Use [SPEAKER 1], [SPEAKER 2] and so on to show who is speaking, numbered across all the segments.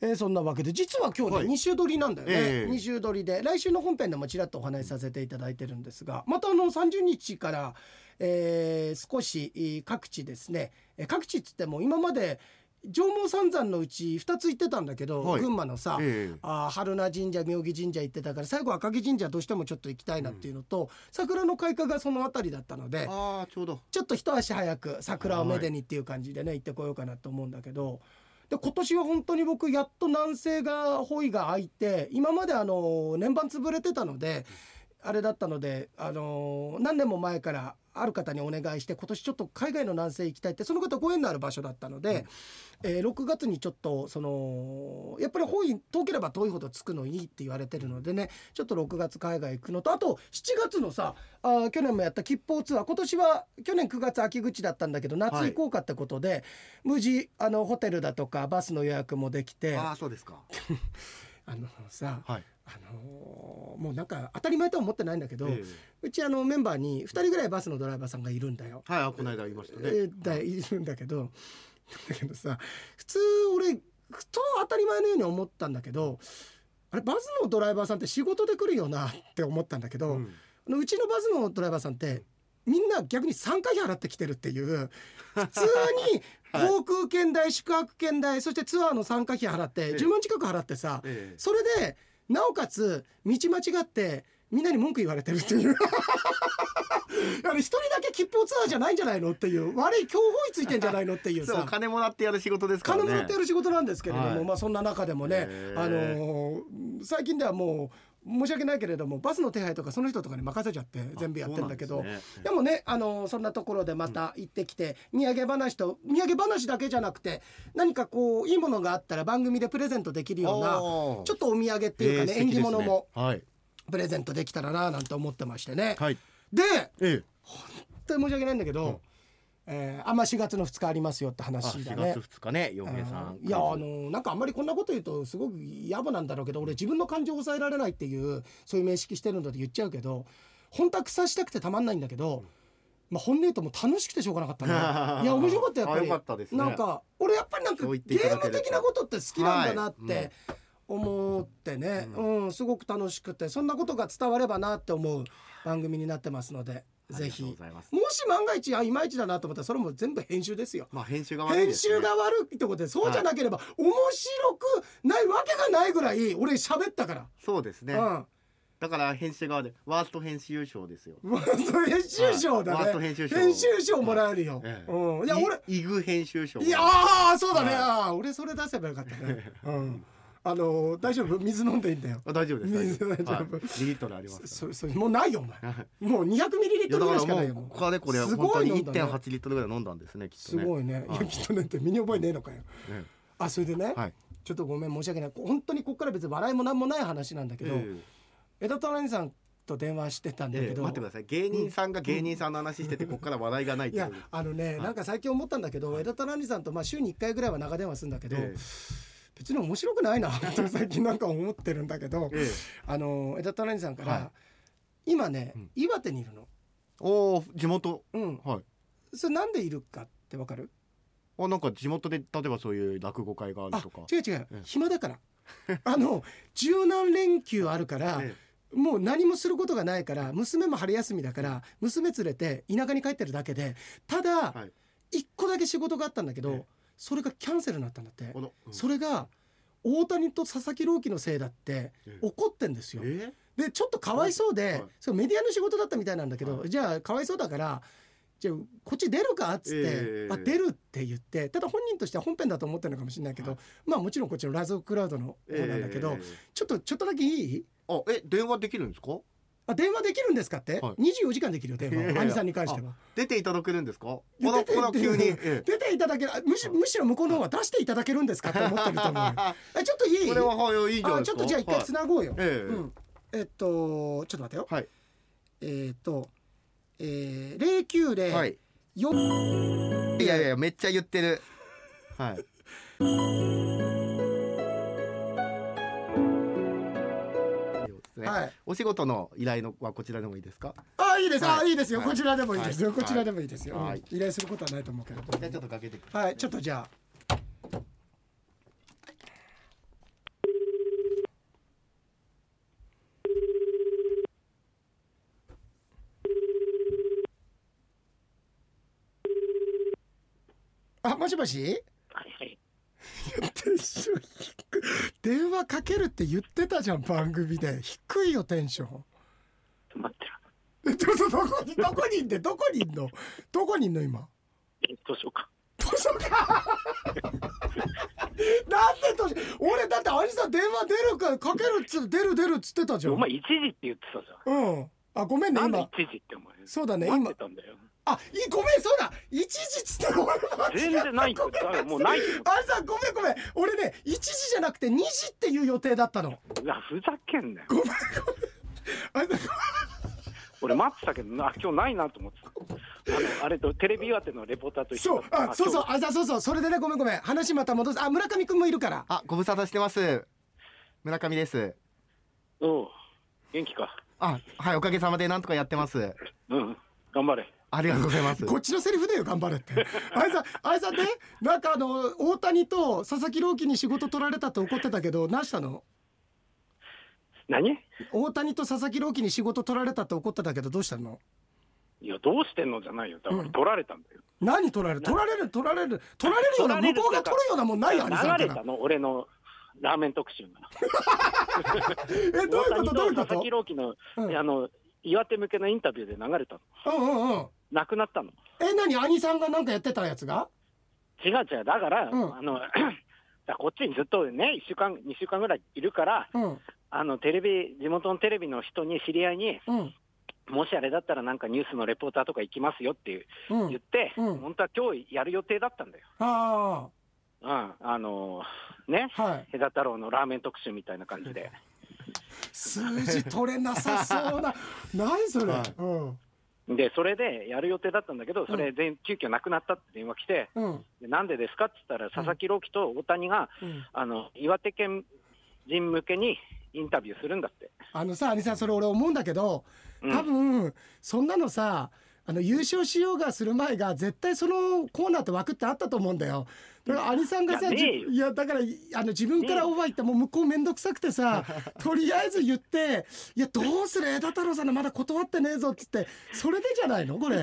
[SPEAKER 1] えーそんなわけで実は今日
[SPEAKER 2] は
[SPEAKER 1] ね
[SPEAKER 2] い
[SPEAKER 1] 二週撮りなんだよ
[SPEAKER 2] え
[SPEAKER 1] ね、
[SPEAKER 2] え
[SPEAKER 1] 二週撮りで来週の本編でもちらっとお話しさせていただいてるんですがまたあの30日から、えー少しえー各地ですねえー各地っつっても今まで上毛三山のうち2つ行ってたんだけど、
[SPEAKER 2] はい
[SPEAKER 1] 群馬のさ、
[SPEAKER 2] ええ
[SPEAKER 1] あー春名神社妙義神社行ってたから最後赤城神社どうしてもちょっと行きたいなっていうのと、桜の開花がその辺りだったので
[SPEAKER 2] ああちょうど
[SPEAKER 1] ちょっと一足早く桜をめでにっていう感じでね行ってこようかなと思うんだけどで今年は本当に僕やっと南西がホイが開いて今まであの年番潰れてたのであれだったのであの何年も前からある方にお願いして今年ちょっと海外の南西行きたいってその方ご縁のある場所だったので、えー6月にちょっとそのやっぱりホイ遠ければ遠いほどつくのいいって言われてるのでねちょっと6月海外行くのとあと7月のさあー去年もやった吉報ツアー今年は去年9月秋口だったんだけど夏行こうかってことで、無事あのホテルだとかバスの予約もできて
[SPEAKER 2] あ
[SPEAKER 1] あ
[SPEAKER 2] あそうですか
[SPEAKER 1] のさ、
[SPEAKER 2] はい
[SPEAKER 1] あのーもうなんか当たり前とは思ってないんだけど、
[SPEAKER 2] ええ
[SPEAKER 1] うちあのメンバーに2人ぐらいバスのドライバーさんがいるんだよ。
[SPEAKER 2] はいあこの間言いましたね
[SPEAKER 1] えーだいるんだけどだけどさ普通俺ふと当たり前のように思ったんだけどあれバスのドライバーさんって仕事で来るよなって思ったんだけど、う
[SPEAKER 2] うん
[SPEAKER 1] うちのバスのドライバーさんってみんな逆に3回払ってきてるっていう普通に
[SPEAKER 2] はい
[SPEAKER 1] 航空券代、宿泊券代そしてツアーの参加費払って
[SPEAKER 2] え
[SPEAKER 1] 10万近く払ってさ、
[SPEAKER 2] ええ
[SPEAKER 1] それでなおかつ道間違ってみんなに文句言われてるっていう あれ一人だけ切符ツアーじゃないんじゃないのっていう悪い強法位ついてんじゃないのっていう
[SPEAKER 2] そうお
[SPEAKER 1] さ
[SPEAKER 2] 金もらってやる仕事ですから
[SPEAKER 1] 金
[SPEAKER 2] ね
[SPEAKER 1] もらってやる仕事なんですけれども、
[SPEAKER 2] はい
[SPEAKER 1] まあそんな中でもね
[SPEAKER 2] へー
[SPEAKER 1] あのー最近ではもう申し訳ないけれどもバスの手配とかその人とかに任せちゃって全部やってるんだけ
[SPEAKER 2] そ
[SPEAKER 1] ど
[SPEAKER 2] う
[SPEAKER 1] で,、
[SPEAKER 2] なんですね
[SPEAKER 1] もねあのーそんなところでまた行ってきて、土産話と土産話だけじゃなくて何かこういいものがあったら番組でプレゼントできるような
[SPEAKER 2] おー
[SPEAKER 1] ちょっとお土産っていうかね、
[SPEAKER 2] ええ
[SPEAKER 1] 縁起物も
[SPEAKER 2] 素敵ですねはい
[SPEAKER 1] プレゼントできたらななんて思ってましてね。
[SPEAKER 2] はい
[SPEAKER 1] で
[SPEAKER 2] ええ
[SPEAKER 1] 本当に申し訳ないんだけど、えーあんま4月の2日ありますよって
[SPEAKER 2] あ
[SPEAKER 1] 話だ
[SPEAKER 2] 4
[SPEAKER 1] ね
[SPEAKER 2] 月。2日ね洋平さん
[SPEAKER 1] いやあのなんかあんまりこんなこと言うとすごく野暮なんだろうけど俺自分の感情を抑えられないっていうそういう面識してるので言っちゃうけど本当は草したくてたまんないんだけど、まあ、本音言うともう楽しくてしょうがなかった ねいや面白かったやっぱ
[SPEAKER 2] あ
[SPEAKER 1] り
[SPEAKER 2] よかったですね
[SPEAKER 1] なんか俺やっぱりなんか
[SPEAKER 2] そう言って
[SPEAKER 1] ゲ
[SPEAKER 2] いただ
[SPEAKER 1] ー
[SPEAKER 2] けると
[SPEAKER 1] ム的なことって好きなんだなっ
[SPEAKER 2] はいうん
[SPEAKER 1] て思ってね、うんすごく楽しくてそんなことが伝わればなって思う番組になってますので
[SPEAKER 2] あ
[SPEAKER 1] ぜ
[SPEAKER 2] りがとうご
[SPEAKER 1] ひ
[SPEAKER 2] ざいます
[SPEAKER 1] もし万が一あいまいちだなと思ったらそれも全部編集ですよ。
[SPEAKER 2] まあ編集が悪いで
[SPEAKER 1] 編
[SPEAKER 2] すね
[SPEAKER 1] 集が悪いってことでそうじゃなければ、面白くないわけがないぐらい俺喋ったから、
[SPEAKER 2] そうですね
[SPEAKER 1] うん
[SPEAKER 2] だから編集側でワースト編集賞ですよ
[SPEAKER 1] ワースト編集賞だね、
[SPEAKER 2] はいワースト編集賞
[SPEAKER 1] 賞もらえるよ、
[SPEAKER 2] ええ
[SPEAKER 1] うん、いや俺
[SPEAKER 2] イグ編集賞
[SPEAKER 1] いやあーそうだね、
[SPEAKER 2] はい
[SPEAKER 1] あー俺それ出せばよかった ね、うん、あのー大丈夫水飲んでいいんだよ
[SPEAKER 2] あ大丈夫です大丈夫
[SPEAKER 1] 水大丈夫
[SPEAKER 2] はい2リットルありますか
[SPEAKER 1] そそもうないよお
[SPEAKER 2] ら
[SPEAKER 1] 前
[SPEAKER 2] はい
[SPEAKER 1] もう200ミリリッ
[SPEAKER 2] いや
[SPEAKER 1] ト
[SPEAKER 2] だ
[SPEAKER 1] ルぐらい
[SPEAKER 2] か
[SPEAKER 1] しからないよ
[SPEAKER 2] もうこれでこれ
[SPEAKER 1] す
[SPEAKER 2] 本
[SPEAKER 1] ご
[SPEAKER 2] 当
[SPEAKER 1] い
[SPEAKER 2] に
[SPEAKER 1] 飲んだね
[SPEAKER 2] 1.8リットルぐらい飲んだんですねきっと
[SPEAKER 1] す
[SPEAKER 2] ね
[SPEAKER 1] ごいねいやきっとねって身に覚えねえのかよ
[SPEAKER 2] ね
[SPEAKER 1] あそれでね、
[SPEAKER 2] はい
[SPEAKER 1] ちょっとごめん申し訳ない本当にここから別に笑いもなんもない話なんだけど、
[SPEAKER 2] え
[SPEAKER 1] 枝田兄さんと電話してたん
[SPEAKER 2] え
[SPEAKER 1] だけ
[SPEAKER 2] ええ
[SPEAKER 1] ど、
[SPEAKER 2] 待ってください芸人さんが芸人さんの話しててここから笑いがないっ
[SPEAKER 1] い
[SPEAKER 2] ていう
[SPEAKER 1] やあのね、なんか最近思ったんだけど、枝田兄さんとまあ週に1回ぐらいは長電話するんだけど、
[SPEAKER 2] ええ
[SPEAKER 1] 別に面白くないな って最近なんか思ってるんだけど、
[SPEAKER 2] ええ
[SPEAKER 1] あの枝田兄さんから、
[SPEAKER 2] は
[SPEAKER 1] 今ね、岩手にいるの。
[SPEAKER 2] おお地元
[SPEAKER 1] うん、
[SPEAKER 2] はい
[SPEAKER 1] それなんでいるかってわかる
[SPEAKER 2] あなんか地元で例えばそういう落語会がある
[SPEAKER 1] あ
[SPEAKER 2] とか
[SPEAKER 1] 違う違う、
[SPEAKER 2] ええ
[SPEAKER 1] 暇だからあの柔軟連休あるから、
[SPEAKER 2] え
[SPEAKER 1] もう何もすることがないから娘も春休みだから娘連れて田舎に帰ってるだけでただ、
[SPEAKER 2] はい
[SPEAKER 1] 一個だけ仕事があったんだけど、
[SPEAKER 2] ええ
[SPEAKER 1] それがキャンセルになったんだって、
[SPEAKER 2] あのうん
[SPEAKER 1] それが大谷と佐々木朗希のせいだって
[SPEAKER 2] ええ
[SPEAKER 1] 怒ってんですよ、
[SPEAKER 2] え
[SPEAKER 1] でちょっとかわいそうで、
[SPEAKER 2] はい
[SPEAKER 1] それメディアの仕事だったみたいなんだけど、
[SPEAKER 2] は
[SPEAKER 1] じゃあかわいそうだからじゃあこっち出るかっつって、
[SPEAKER 2] ええ
[SPEAKER 1] あ出るって言ってただ本人としては本編だと思ってるのかもしれないけど、
[SPEAKER 2] は
[SPEAKER 1] まあもちろんこっちのラズオクラウドの方なんだけど、
[SPEAKER 2] ええ
[SPEAKER 1] ちょっとちょっとだけいい
[SPEAKER 2] あえ電話できるんですか
[SPEAKER 1] あ電話できるんですかって、
[SPEAKER 2] はい
[SPEAKER 1] 24時間できるよ電
[SPEAKER 2] いや
[SPEAKER 1] 話
[SPEAKER 2] いや
[SPEAKER 1] 兄さんに関しては。
[SPEAKER 2] 出ていただけるんですかあ
[SPEAKER 1] いや
[SPEAKER 2] らこら急に
[SPEAKER 1] 出て
[SPEAKER 2] ええ
[SPEAKER 1] 出ていただけるあむしむしろ向こうの方は出していただけるんですかって思ってると思うよえちょっといい
[SPEAKER 2] これははいいいじゃない
[SPEAKER 1] あ
[SPEAKER 2] です
[SPEAKER 1] ちょ
[SPEAKER 2] か
[SPEAKER 1] っとじゃあ一回つなごうよ、
[SPEAKER 2] はいええ
[SPEAKER 1] うん、えっとちょっと待ってよ、
[SPEAKER 2] はい
[SPEAKER 1] えーっとえー、零九零
[SPEAKER 2] はい
[SPEAKER 1] 四
[SPEAKER 2] いやいやめっちゃ言ってるはい
[SPEAKER 1] はい
[SPEAKER 2] お仕事の依頼のはこちらでもいいですか
[SPEAKER 1] あいいです、
[SPEAKER 2] はい
[SPEAKER 1] あいいですよ、
[SPEAKER 2] はい
[SPEAKER 1] こちらでもいいですよ、
[SPEAKER 2] はい
[SPEAKER 1] こちらでもいいですよ、
[SPEAKER 2] はい
[SPEAKER 1] うん依頼することはないと思うけど
[SPEAKER 2] じゃあちょっとかけてください
[SPEAKER 1] はいちょっとじゃああもしもし
[SPEAKER 3] はいはい。
[SPEAKER 1] テンション低い電話かけるって言ってたじゃん番組で低いよテンション
[SPEAKER 3] 待って。
[SPEAKER 1] えちょっと どこにどこにいんでどこにいんのどこにいんの今
[SPEAKER 3] え、どうしようか。
[SPEAKER 1] 図書館 なんで図書俺だって兄さん電話出るからかけるっつって出る出るっつってたじゃん
[SPEAKER 3] お前一時って言ってたじゃ
[SPEAKER 1] うんあごめんね
[SPEAKER 3] ん。なん
[SPEAKER 1] 今
[SPEAKER 3] で一時ってお前。
[SPEAKER 1] そうだね今
[SPEAKER 3] 待ってたんだよ。
[SPEAKER 1] あいいごめんそうだ一時っつって俺間違った
[SPEAKER 3] 全然ない
[SPEAKER 1] ご
[SPEAKER 3] よ。
[SPEAKER 1] め
[SPEAKER 3] だ
[SPEAKER 1] ん
[SPEAKER 3] からもうないよ。
[SPEAKER 1] あれさんごめんごめん俺ね1時じゃなくて2時っていう予定だったの
[SPEAKER 3] うわふざけんなよ。
[SPEAKER 1] ごめんごめんあれさん
[SPEAKER 3] 俺待ってたけどな、あ今日ないなと思ってた。あのあれとテレビ岩手のレポーターと一
[SPEAKER 1] そ
[SPEAKER 3] 緒
[SPEAKER 1] う
[SPEAKER 3] だった
[SPEAKER 1] あそうそう。あれさんそうそうそれでねごめんごめん話また戻すあ村上くんもいるから
[SPEAKER 2] あ、ご無沙汰してます。村上です。
[SPEAKER 3] 今日おう元気か。
[SPEAKER 2] あ、はい、おかげさまでなんとかやってます。
[SPEAKER 3] うん。頑張れ。
[SPEAKER 2] ありがとうございます。
[SPEAKER 1] こっちのセリフだよ頑張れって あれさんあれさんねなんかあの大谷と佐々木朗希に仕事取られたって怒ってたけど何したの
[SPEAKER 3] 何？
[SPEAKER 1] 大谷と佐々木朗希に仕事取られたって怒ってたけどどうしたの
[SPEAKER 3] いやどうしてんのじゃないよ。だから取られたんだよ。
[SPEAKER 1] 何取られる取られる取られる取られるような
[SPEAKER 3] 取られ
[SPEAKER 1] 向
[SPEAKER 3] る
[SPEAKER 1] こうが取るようなもんないよ兄さんか
[SPEAKER 3] 流れ
[SPEAKER 1] ら
[SPEAKER 3] たの俺のラーメン特集が。
[SPEAKER 1] えどういう
[SPEAKER 3] 大
[SPEAKER 1] こ
[SPEAKER 3] 谷
[SPEAKER 1] と
[SPEAKER 3] と
[SPEAKER 1] どういうこ
[SPEAKER 3] 佐々
[SPEAKER 1] と
[SPEAKER 3] 木朗希の、
[SPEAKER 1] うん
[SPEAKER 3] あの岩手向けのインタビューで流れたの。
[SPEAKER 1] うんうんうん
[SPEAKER 3] なくなったの。
[SPEAKER 1] え何兄さんがなんかやってたやつが
[SPEAKER 3] 違う違う。だから、
[SPEAKER 1] うん
[SPEAKER 3] あの だからこっちにずっとね一週間二週間ぐらいいるから、
[SPEAKER 1] うん
[SPEAKER 3] あのテレビ地元のテレビの人に知り合いに。
[SPEAKER 1] うん
[SPEAKER 3] もしあれだったらなんかニュースのレポーターとか行きますよっていう
[SPEAKER 1] う
[SPEAKER 3] 言っ
[SPEAKER 1] ん
[SPEAKER 3] て、
[SPEAKER 1] うん
[SPEAKER 3] 本当は今日やる予定だったんだよ。
[SPEAKER 1] あ
[SPEAKER 3] うん、あのーね、
[SPEAKER 1] あはい
[SPEAKER 3] ヘダ太郎のラーメン特集みたいな感じで。
[SPEAKER 1] 数字取れなさそう な何それ
[SPEAKER 2] はい
[SPEAKER 1] うん
[SPEAKER 3] で、それでやる予定だったんだけど、それ全急遽なくなったって電話来て、
[SPEAKER 1] うん
[SPEAKER 3] でなんでですかって言ったら、佐々木朗希と大谷が、
[SPEAKER 1] うん
[SPEAKER 3] あの、岩手県人向けにインタビューするんだって。
[SPEAKER 1] あのさ兄さんそれ俺思うんだけど
[SPEAKER 3] うん
[SPEAKER 1] 多分そんなのさあの優勝しようがする前が絶対そのコーナーって枠ってあったと思うんだよだから兄さんがさ
[SPEAKER 3] いや
[SPEAKER 1] じ
[SPEAKER 3] ねえよ
[SPEAKER 1] いやだからあの自分からオファー行ってもう向こう面倒くさくてさとりあえず言って「いやどうする枝太郎さんのまだ断ってねえぞ」っつってそれでじゃないのこ れ。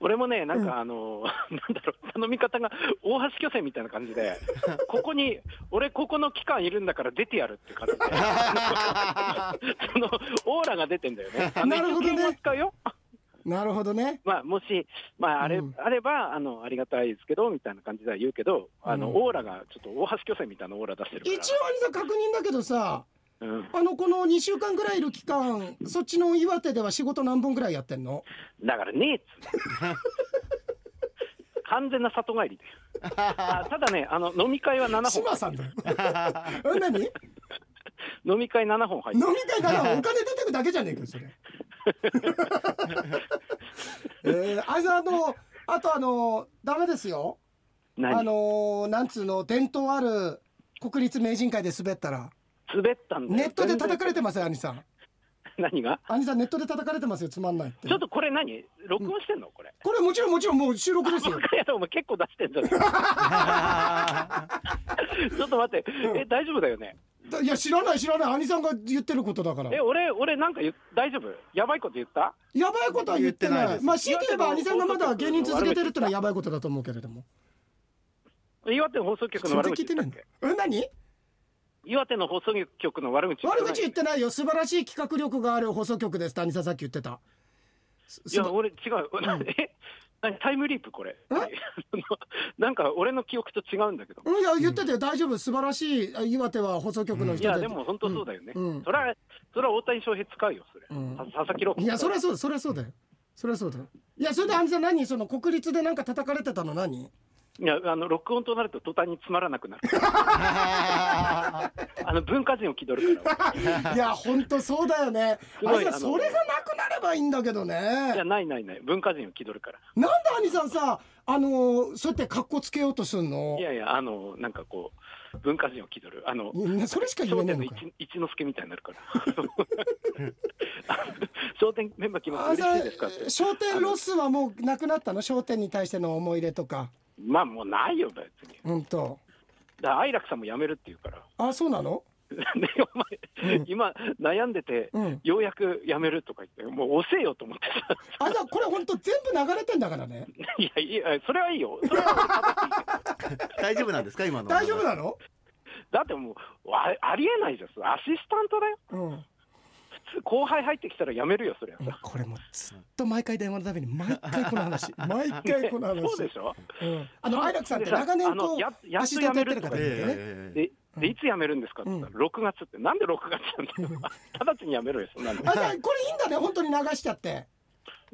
[SPEAKER 3] 俺もね、なんかあのー なんだろう、頼み方が大橋巨泉みたいな感 じで、ここに、俺ここの期間いるんだから出てやるって感じで。 そのオーラが出てんだよね。あの
[SPEAKER 1] なるほどね
[SPEAKER 3] 一応敬語は使うよ。
[SPEAKER 1] なるほどね。
[SPEAKER 3] まあもしまああれ、
[SPEAKER 1] うん
[SPEAKER 3] あればあのありがたいですけどみたいな感じでは言うけど、あの
[SPEAKER 1] うん
[SPEAKER 3] オーラがちょっと大橋巨泉みたいなオーラ出してる
[SPEAKER 1] 一応兄
[SPEAKER 3] か
[SPEAKER 1] さん確認だけどさ
[SPEAKER 3] ら。うん。
[SPEAKER 1] あのこの2週間ぐらいいる期間そっちの岩手では仕事何本ぐらいやってんの
[SPEAKER 3] だからねえっつ うの完全な里帰りだよ。あただねあの飲み会は7
[SPEAKER 1] 島
[SPEAKER 3] 本。
[SPEAKER 1] さんだよ。え何飲
[SPEAKER 3] 飲み会7本入っ
[SPEAKER 1] み
[SPEAKER 3] てる。
[SPEAKER 1] 会 からお金出てくだけじゃねえかよそれ。 えー、あいつあのあとあのダメですよ。あ
[SPEAKER 3] 何？
[SPEAKER 1] のなんつうの伝統ある国立名人会で滑ったら
[SPEAKER 3] 滑ったんだよ。
[SPEAKER 1] ネットで叩かれて
[SPEAKER 3] ま
[SPEAKER 1] ますよ兄さん。
[SPEAKER 3] す。何が？
[SPEAKER 1] 兄さんネットで叩かれてますよつまんないって。
[SPEAKER 3] ちょっとこれ何？録音してんのこれ？
[SPEAKER 1] これもちろんもちろんもう収録です
[SPEAKER 3] バ
[SPEAKER 1] よ。
[SPEAKER 3] カ野郎お前結構出してんじゃん。 ちょっと待って、え、大丈夫だよね。
[SPEAKER 1] だいや知らない知らない兄さんが言ってることだから
[SPEAKER 3] え、俺、俺なんか言う大丈夫やばいこと言った
[SPEAKER 1] やばいことは言ってない
[SPEAKER 2] 言ってないです
[SPEAKER 1] まあ強いて言えば兄さんがまだ芸人続けてるってのはやばいことだと思うけれども
[SPEAKER 3] 岩手の放送局の
[SPEAKER 1] 全然
[SPEAKER 3] 悪
[SPEAKER 1] 聞
[SPEAKER 3] 口
[SPEAKER 1] いてな
[SPEAKER 3] 言
[SPEAKER 1] いん
[SPEAKER 3] ったっけ
[SPEAKER 1] え何
[SPEAKER 3] 岩手の放送局の悪口
[SPEAKER 1] 悪口言っ
[SPEAKER 3] ない
[SPEAKER 1] てないよ素晴らしい企画力がある放送局です谷さんさっき言ってたす
[SPEAKER 3] いや、
[SPEAKER 1] す
[SPEAKER 3] 俺違う。 え何タイムリープこれ。 なんか俺の記憶と違うんだけど。
[SPEAKER 1] うんいや言ってたよ大丈夫素晴らしいあ岩手は放送局の
[SPEAKER 3] い
[SPEAKER 1] 人
[SPEAKER 3] や、
[SPEAKER 1] で
[SPEAKER 3] でも本当そうだよね。
[SPEAKER 1] うんうん
[SPEAKER 3] それは、それは大谷翔平使うよ、それ。
[SPEAKER 1] うん
[SPEAKER 3] さ佐々木朗希。
[SPEAKER 1] いやそりゃそうだそりゃそうだよそりゃそうだよいやそれで兄さん何その国立でなんか叩かれてたの何
[SPEAKER 3] いや、あの、録音となると途端につまら なくなる。あの、文化人を気取る から。
[SPEAKER 1] いやほんとそうだよね
[SPEAKER 3] すごい
[SPEAKER 1] 兄さん
[SPEAKER 3] あの
[SPEAKER 1] それがなくなればいいんだけどね
[SPEAKER 3] いや、ないないない。文化人を気取るから。
[SPEAKER 1] なんで兄さんさ、あのーそうやって格好つけようとすんの
[SPEAKER 3] い。やいや、あの、なんかこう、文化人を気取る。あの、
[SPEAKER 1] いやそれしか言えな
[SPEAKER 3] 笑
[SPEAKER 1] い
[SPEAKER 3] 点の
[SPEAKER 1] の
[SPEAKER 3] 一
[SPEAKER 1] か。
[SPEAKER 3] 一之輔みたいになるから。 笑点メンバー来ま
[SPEAKER 1] あ
[SPEAKER 3] す。嬉
[SPEAKER 1] さ
[SPEAKER 3] しいですかって。
[SPEAKER 1] 商店ロスはもうなくなったの商店に対しての思い入れとか。
[SPEAKER 3] まあもうないよ、別に。
[SPEAKER 1] うんと。
[SPEAKER 3] だから愛楽さんも辞めるって言うから。
[SPEAKER 1] あ、そうなの
[SPEAKER 3] ね、お前、今悩んでて、
[SPEAKER 1] うん、
[SPEAKER 3] ようやくやめるとか言って、もう遅えよと思ってさ、
[SPEAKER 1] あじゃあこれ本当全部流れてんだからね
[SPEAKER 3] いや、いや、それはいいよ。それは
[SPEAKER 2] 大丈夫なんですか今の
[SPEAKER 1] 大丈夫なの、
[SPEAKER 3] だってもうあ、ありえないじゃん、それアシスタントだよ。
[SPEAKER 1] うん、
[SPEAKER 3] 普通、後輩入ってきたらやめるよ、それはさ。
[SPEAKER 1] これもうずっと毎回電話のために毎回この話毎回この話
[SPEAKER 3] そうでしょ
[SPEAKER 1] うん、あの
[SPEAKER 3] そう
[SPEAKER 1] 愛楽さんって
[SPEAKER 3] でさ
[SPEAKER 1] 長年
[SPEAKER 3] あの
[SPEAKER 1] こう
[SPEAKER 3] ややっと
[SPEAKER 1] アシスタントやってる方だよ
[SPEAKER 2] ええ
[SPEAKER 1] ね、
[SPEAKER 2] ええええ
[SPEAKER 3] ででいつ辞めるんですかって言ったら、6月って、なんで6月なんだよ、直ちに辞めろよ、そんなの。
[SPEAKER 1] あじゃあこれいいんだね本当に流しちゃって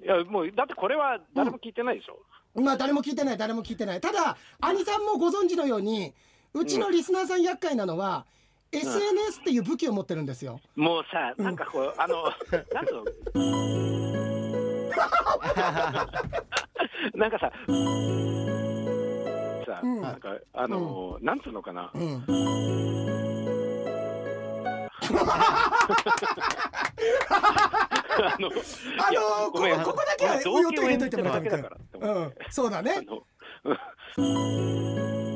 [SPEAKER 3] いや、もう、だってこれは誰も聞いてないでしょ。
[SPEAKER 1] まあ誰も聞いてない誰も聞いてないただ兄さんもご存知のようにうちのリスナーさん厄介なのは、SNS っていう武器を持ってるんですよ
[SPEAKER 3] もうさ、なんかこう、あの、なんつうのなんかさ、さ、
[SPEAKER 1] うん
[SPEAKER 3] なんか、あの、なんつうのかな、
[SPEAKER 1] うん
[SPEAKER 3] あの、
[SPEAKER 1] あ
[SPEAKER 3] いや
[SPEAKER 1] のー
[SPEAKER 3] ごめん
[SPEAKER 1] こここだけは
[SPEAKER 3] 同
[SPEAKER 1] お
[SPEAKER 3] 級
[SPEAKER 1] と入れといてもらえ
[SPEAKER 3] 演じ
[SPEAKER 1] たら
[SPEAKER 3] てるだけだからって
[SPEAKER 1] う
[SPEAKER 3] 思っ
[SPEAKER 1] ん
[SPEAKER 3] て、
[SPEAKER 1] そうだ
[SPEAKER 3] あ
[SPEAKER 1] ね
[SPEAKER 3] の、うん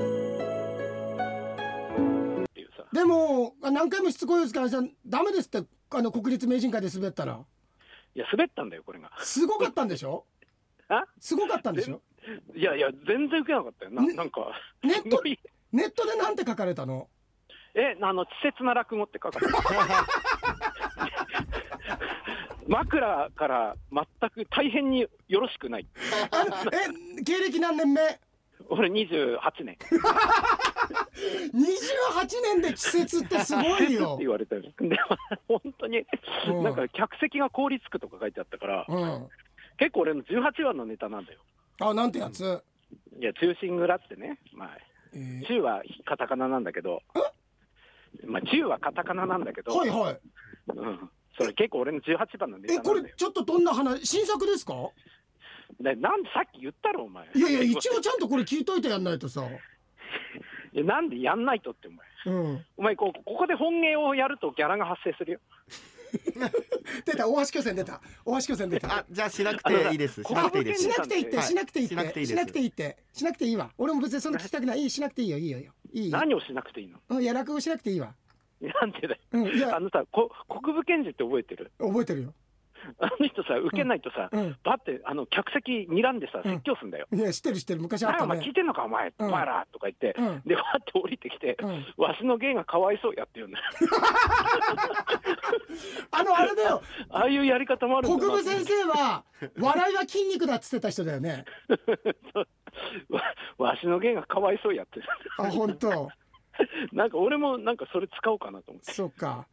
[SPEAKER 3] っていうさ、
[SPEAKER 1] でもあ何回もしつこいですからさんダメですってあの国立名人会で滑ったら
[SPEAKER 3] いや、滑ったんだよ、これが。
[SPEAKER 1] すごかったんでしょ
[SPEAKER 3] あ
[SPEAKER 1] すごかったんでしょ
[SPEAKER 3] いやいや、全然受けなかったよ。な
[SPEAKER 1] ね
[SPEAKER 3] なんか、
[SPEAKER 1] ネット
[SPEAKER 3] 無理
[SPEAKER 1] ネットでなんて書かれた の
[SPEAKER 3] え、 あの、稚拙な落語って書かれてる枕から全く大変によろしくない。
[SPEAKER 1] あのえ芸歴何年目
[SPEAKER 3] 俺28年って
[SPEAKER 1] ?28 年で季節ってすごい よ
[SPEAKER 3] 言われてる。で、 本当に
[SPEAKER 1] うん、
[SPEAKER 3] なんか客席が凍りつくとか書いてあったから、
[SPEAKER 1] うん
[SPEAKER 3] 結構俺の18話のネタなんだよ。
[SPEAKER 1] あなんてやつ、
[SPEAKER 3] いや、中心蔵ってね、まあ、
[SPEAKER 1] え
[SPEAKER 3] 中はカタカナなんだけど、まあ、中はカタカナなんだけ
[SPEAKER 1] ー
[SPEAKER 3] ど、
[SPEAKER 1] はいはい
[SPEAKER 3] うん、それ結構俺の18番のネ
[SPEAKER 1] え
[SPEAKER 3] タ
[SPEAKER 1] こ
[SPEAKER 3] な
[SPEAKER 1] れ
[SPEAKER 3] んだよ。
[SPEAKER 1] ちょっとどんな話新作ですか
[SPEAKER 3] ねなんでさっき言ったろ、お前。
[SPEAKER 1] いやいや一応ちゃんとこれ聞いといてやんないとさ
[SPEAKER 3] いやなんでやんないとって、お前。
[SPEAKER 1] うん
[SPEAKER 3] お前こう、ここで本芸をやるとギャラが発生するよ。
[SPEAKER 1] 出た大橋巨船出た大橋巨船出
[SPEAKER 2] あ
[SPEAKER 1] た
[SPEAKER 2] じゃあしなくていいですしなくていいで
[SPEAKER 1] し
[SPEAKER 2] す
[SPEAKER 1] なくていいって
[SPEAKER 2] はい
[SPEAKER 1] しなくていいっ
[SPEAKER 2] しなく
[SPEAKER 1] て
[SPEAKER 2] ていいで
[SPEAKER 1] し
[SPEAKER 2] す
[SPEAKER 1] なくていいってしなくていいわ俺も別にそんな聞きたくないいいしなくていいよいいよいいよいいよ
[SPEAKER 3] 何をしなくていいの
[SPEAKER 1] うんいや落語しなくていいわ
[SPEAKER 3] なんでだよ。
[SPEAKER 1] うんいや
[SPEAKER 3] あのさ、こ国分賢治って覚えてる
[SPEAKER 1] 覚えてるよ
[SPEAKER 3] あの人さ、受けないとさ、
[SPEAKER 1] うん
[SPEAKER 3] バッて、あの、客席睨んでさ、
[SPEAKER 1] うん
[SPEAKER 3] 説教すんだよ。
[SPEAKER 1] いや知ってる知ってる昔あ
[SPEAKER 3] な
[SPEAKER 1] っ
[SPEAKER 3] あ、
[SPEAKER 1] た
[SPEAKER 3] お前聞
[SPEAKER 1] ね
[SPEAKER 3] いてんのか、お前、
[SPEAKER 1] うん
[SPEAKER 3] バラとか言って、
[SPEAKER 1] うん
[SPEAKER 3] で、わって降りてきて、
[SPEAKER 1] うん
[SPEAKER 3] わしの芸がかわいそうやって言うんだよ。
[SPEAKER 1] あのあれだ よ
[SPEAKER 3] ああいうやり方もあるん
[SPEAKER 1] 国
[SPEAKER 3] だな
[SPEAKER 1] 分先生は笑いは筋肉だっつってた人だよね
[SPEAKER 3] わわしの芸がかわいそうやって。
[SPEAKER 1] あ本当
[SPEAKER 3] なんか俺もなんかそれ使おうかなと思って。
[SPEAKER 1] そっ か。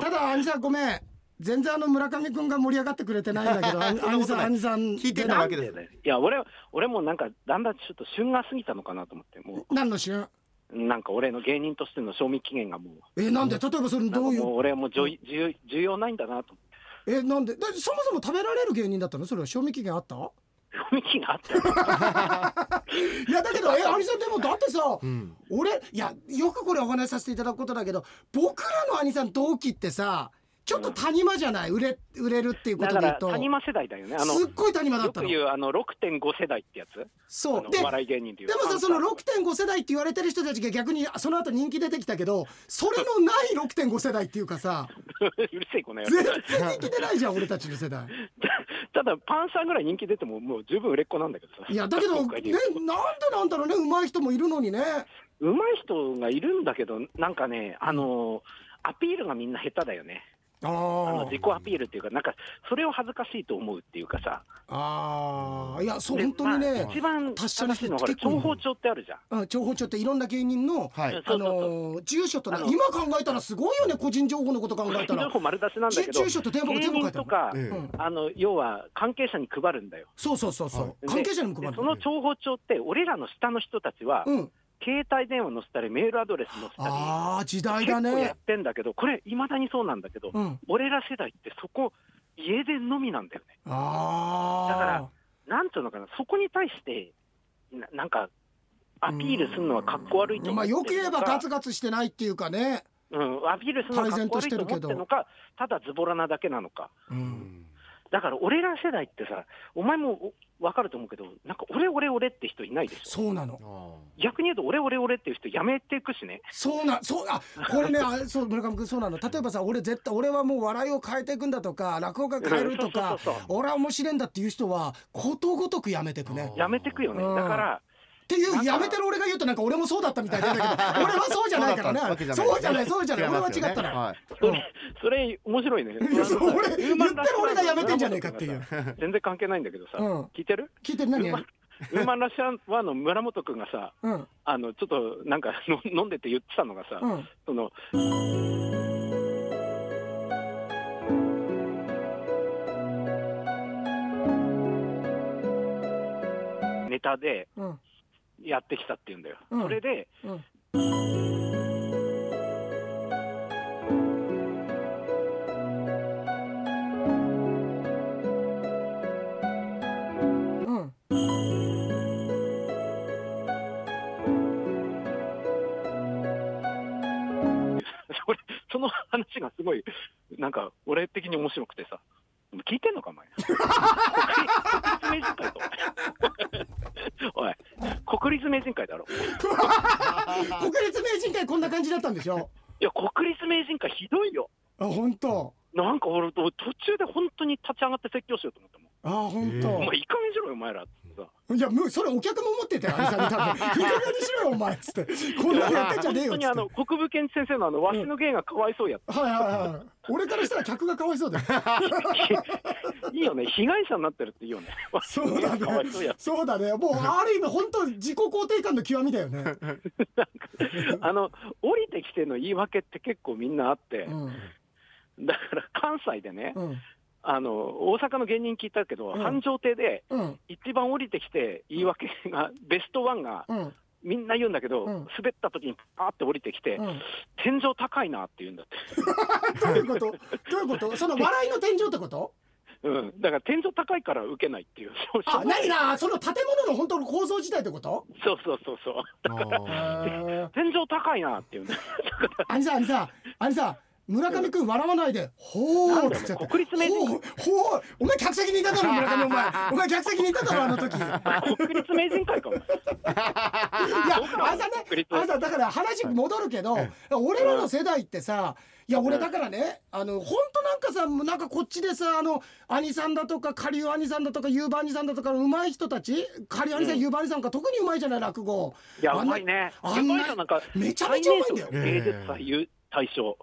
[SPEAKER 1] ただ、アニさんごめん。全然あの村上くんが盛り上がってくれてないんだ けど、アニ
[SPEAKER 2] そん
[SPEAKER 1] ア
[SPEAKER 2] な
[SPEAKER 1] ニさ
[SPEAKER 2] こと
[SPEAKER 1] ん、
[SPEAKER 2] ない
[SPEAKER 1] アニさん。
[SPEAKER 2] 聞いて
[SPEAKER 1] で
[SPEAKER 2] たわけです
[SPEAKER 3] いや、俺、俺もなんかだんだんちょっと旬が過ぎたのかなと思って、も
[SPEAKER 1] 何の旬
[SPEAKER 3] う、なんか俺の芸人としての賞味期限がもう。
[SPEAKER 1] え、なんで例えばそれ
[SPEAKER 3] なん
[SPEAKER 1] ど
[SPEAKER 3] か
[SPEAKER 1] うい
[SPEAKER 3] も
[SPEAKER 1] う。
[SPEAKER 3] う俺はもう重い重い重要ないんだなと思って
[SPEAKER 1] え、なんでだそもそも食べられる芸人だったのそれは賞味期限あったい
[SPEAKER 3] 雰囲気があったよ
[SPEAKER 1] や、だけど、え、アニさんでもだってさ、
[SPEAKER 2] うん
[SPEAKER 1] 俺、いや、よくこれお話しさせていただくことだけど、僕らのアニさん同期ってさ、ちょっと谷間じゃない売れ、売れるっていうこ
[SPEAKER 3] だ
[SPEAKER 1] と
[SPEAKER 3] か
[SPEAKER 1] で言う
[SPEAKER 3] ら
[SPEAKER 1] と。
[SPEAKER 3] 谷間世代だよねあの
[SPEAKER 1] すっごい谷間だ
[SPEAKER 3] よ
[SPEAKER 1] った
[SPEAKER 3] く
[SPEAKER 1] の。
[SPEAKER 3] 言うあの6.5世代ってやつあ
[SPEAKER 1] そう。
[SPEAKER 3] の
[SPEAKER 1] で
[SPEAKER 3] お、笑い芸人でいう
[SPEAKER 1] でも
[SPEAKER 3] パ
[SPEAKER 1] さ
[SPEAKER 3] ン
[SPEAKER 1] そ
[SPEAKER 3] サ
[SPEAKER 1] の
[SPEAKER 3] ーとか
[SPEAKER 1] 6.5世代って言われてる人たちが逆にその後人気出てきたけどそれのない6.5世代っていうか さ
[SPEAKER 3] うるせえこのやつ
[SPEAKER 1] 全然人気出ないじゃん俺たちの世代
[SPEAKER 3] た だパンサーぐらい人気出てももう十分売れっ子なんだけどさ
[SPEAKER 1] いやだけ ど
[SPEAKER 3] 今
[SPEAKER 1] ねな
[SPEAKER 3] 回
[SPEAKER 1] ん
[SPEAKER 3] で
[SPEAKER 1] で
[SPEAKER 3] 言う
[SPEAKER 1] なんだろうね上手い人もいるのにね
[SPEAKER 3] と上手い人がいるんだけどなんかねあのアピールがみんな下手だよねあの
[SPEAKER 1] あ
[SPEAKER 3] 自己アピールっていうかなんかそれを恥ずかしいと思うっていうかさ
[SPEAKER 1] ああーいやそう
[SPEAKER 3] で
[SPEAKER 1] 本当にね
[SPEAKER 3] まあ、一番
[SPEAKER 1] 達者な人
[SPEAKER 3] 正しいのはほら
[SPEAKER 1] 結構いる
[SPEAKER 3] 情報帳ってあるじゃん
[SPEAKER 1] うん情報帳っていろんな芸人の、
[SPEAKER 2] はい
[SPEAKER 3] そ
[SPEAKER 1] あ
[SPEAKER 3] うそうそう
[SPEAKER 1] のー住所とね
[SPEAKER 3] あの
[SPEAKER 1] 今考えたらすごいよね個人情報のこと考えた
[SPEAKER 3] 情
[SPEAKER 1] ら
[SPEAKER 3] 報丸出しなんだけど
[SPEAKER 1] 住所と電話も
[SPEAKER 3] 芸
[SPEAKER 1] 全部書い
[SPEAKER 3] 人
[SPEAKER 1] てある
[SPEAKER 3] とか、
[SPEAKER 2] ええ
[SPEAKER 1] うん
[SPEAKER 3] あの要は関係者に配るんだよ。
[SPEAKER 1] そうそうそうそう、
[SPEAKER 3] はい
[SPEAKER 1] 関係者にも
[SPEAKER 3] で
[SPEAKER 1] 配る
[SPEAKER 3] その情報帳って、俺らの下の人たちは、
[SPEAKER 1] うん
[SPEAKER 3] 携帯電話載せたり、メールアドレス載せた
[SPEAKER 1] ああ時代
[SPEAKER 3] り、
[SPEAKER 1] だ
[SPEAKER 3] 結構や
[SPEAKER 1] ね
[SPEAKER 3] ってんだけど、これ、いまだにそうなんだけど、
[SPEAKER 1] うん
[SPEAKER 3] 俺ら世代ってそこ、家でのみなんだよね。
[SPEAKER 1] ああ
[SPEAKER 3] だからなんていうのかな、そこに対して、ななんか、アピールするのはかっこ悪いと思
[SPEAKER 1] ま
[SPEAKER 3] っ
[SPEAKER 1] あ
[SPEAKER 3] てる
[SPEAKER 1] よ
[SPEAKER 3] の
[SPEAKER 1] ければガツガツしてないっていうかね、
[SPEAKER 3] うん、アピールするのはかっこ悪いと思ってるのか、ただズボラなだけなのか、
[SPEAKER 1] うん、
[SPEAKER 3] だから俺ら世代ってさ、お前もお分かると思うけど、なんか俺、俺、俺って人いないでしょ。
[SPEAKER 1] そうなの
[SPEAKER 3] 逆に言うと、俺、俺、俺っていう人やめていくしね。
[SPEAKER 1] そうなそうあこれねあそう村上君そうなの例えばさ俺絶対俺はもう笑いを変えていくんだとか落語家変えると
[SPEAKER 3] う
[SPEAKER 1] か
[SPEAKER 3] んそうそうそうそ
[SPEAKER 1] 俺は面白いんだっていう人はことごとくやめていくね
[SPEAKER 2] う
[SPEAKER 1] っ
[SPEAKER 2] ん
[SPEAKER 3] やめてくよね。
[SPEAKER 1] うん
[SPEAKER 3] だから、
[SPEAKER 1] ていうやめてる俺が言うとなんか俺もそうだったみたい なんだけど俺はそうじゃないからね
[SPEAKER 2] そうだったわけじゃない
[SPEAKER 1] そうじゃないそうじゃない俺は違ったの
[SPEAKER 2] はい
[SPEAKER 3] それ、それ面白いね。
[SPEAKER 1] いや そう俺
[SPEAKER 3] あ
[SPEAKER 1] 言っ
[SPEAKER 3] の
[SPEAKER 1] てる俺がやめてんじゃねえかってい。
[SPEAKER 3] ウ
[SPEAKER 1] う
[SPEAKER 3] ーマンラッシュアワーのさ全然関係ないんだけどさ、
[SPEAKER 1] うん
[SPEAKER 3] 聞いてる
[SPEAKER 1] 聞いてる何
[SPEAKER 3] ウーマンウーマンラッシュアワーの村本君がさ、
[SPEAKER 1] うん
[SPEAKER 3] あの、ちょっとなんかの飲んでて言ってたのがさ、
[SPEAKER 1] うん
[SPEAKER 3] その、ネタで
[SPEAKER 1] うん
[SPEAKER 3] やってきたっていうんだよ。
[SPEAKER 1] うん
[SPEAKER 3] それで、
[SPEAKER 1] うんうん
[SPEAKER 3] 俺その話がすごい、なんか、俺的に面白くてさ、聞いてんのか、お前。国立名人会だろ。おい、国立名人会だろ。
[SPEAKER 1] 国立名人会こんな感じだったんでしょ
[SPEAKER 3] いや、国立名人会ひどいよ。
[SPEAKER 1] あ本当
[SPEAKER 3] なんか俺、俺途中で本当に立ち上がって説教しようと思ったもん。
[SPEAKER 1] あ本
[SPEAKER 2] え
[SPEAKER 1] 当
[SPEAKER 3] お前、いい加減にしろよ、お前らってさ。
[SPEAKER 1] いやもうそれお客も思ってたよ、アリさんに多 分。いい加減にしろよ、お前っつって。こんなのやってんじゃねえよっつっ
[SPEAKER 3] 本当に
[SPEAKER 1] て。
[SPEAKER 3] あの、国分健一先生のあの、わしの芸がかわいそうやって。
[SPEAKER 1] はいはいはい。俺からしたら客がかわいそうだよ。
[SPEAKER 3] いいよね、被害者になってるっていいよね。わし
[SPEAKER 1] そ
[SPEAKER 3] の
[SPEAKER 1] う
[SPEAKER 3] 芸
[SPEAKER 1] だ
[SPEAKER 3] がかわい
[SPEAKER 1] ね
[SPEAKER 3] そうや。。
[SPEAKER 1] そうだね。もうある意味本当自己肯定感の極みだよね。
[SPEAKER 3] あの、降りてきての言い訳って結構みんなあって
[SPEAKER 1] う、ん。
[SPEAKER 3] だから関西でね、
[SPEAKER 1] うん。
[SPEAKER 3] あの大阪の芸人聞いたけど、
[SPEAKER 1] うん
[SPEAKER 3] 繁盛亭で
[SPEAKER 1] うん。
[SPEAKER 3] 一番降りてきて言い訳が、ベストワンが
[SPEAKER 1] うん。
[SPEAKER 3] みんな言うんだけど、
[SPEAKER 1] うん
[SPEAKER 3] 滑った時にパーって降りてきて、
[SPEAKER 1] うん。
[SPEAKER 3] 天井高いなって言うんだって、
[SPEAKER 1] どういうことどういうことその笑いの天井ってこと
[SPEAKER 3] うん、だから天井高いから受けないっていう、そう
[SPEAKER 1] あ、何なその建物の本当の構造自体ってこと
[SPEAKER 3] そうそうそうそう、
[SPEAKER 2] あ
[SPEAKER 1] あ
[SPEAKER 3] 天井高いなっていうんだ、
[SPEAKER 1] アニさん、アニさん、アニさん。村上くん笑わないで、ほーって言っちゃった。
[SPEAKER 3] 国立名人
[SPEAKER 1] ほう、ほう、お前客席にいただろ、村上、お 前。お前客席にいただろ、あの時。
[SPEAKER 3] 国立名人会かも、
[SPEAKER 1] いや、
[SPEAKER 3] そうか
[SPEAKER 1] あんさんね
[SPEAKER 3] 国、立
[SPEAKER 1] あんさんだから話戻るけど、俺らの世代ってさ、いや、俺だからね、あの、本当なんかさ、なんかこっちでさ、あの、兄さんだとか、下流兄さんだとか、夕兄さんだとか、上手い人たち、下流兄さん、夕兄さんか、特に上手いじゃない、落語。
[SPEAKER 3] いや、
[SPEAKER 1] あ
[SPEAKER 3] うん
[SPEAKER 1] な
[SPEAKER 3] まいね、
[SPEAKER 1] あんな
[SPEAKER 3] うまい人なんか、
[SPEAKER 1] めちゃめちゃ上手いんだよ。
[SPEAKER 3] 最年少芸術祭優大賞、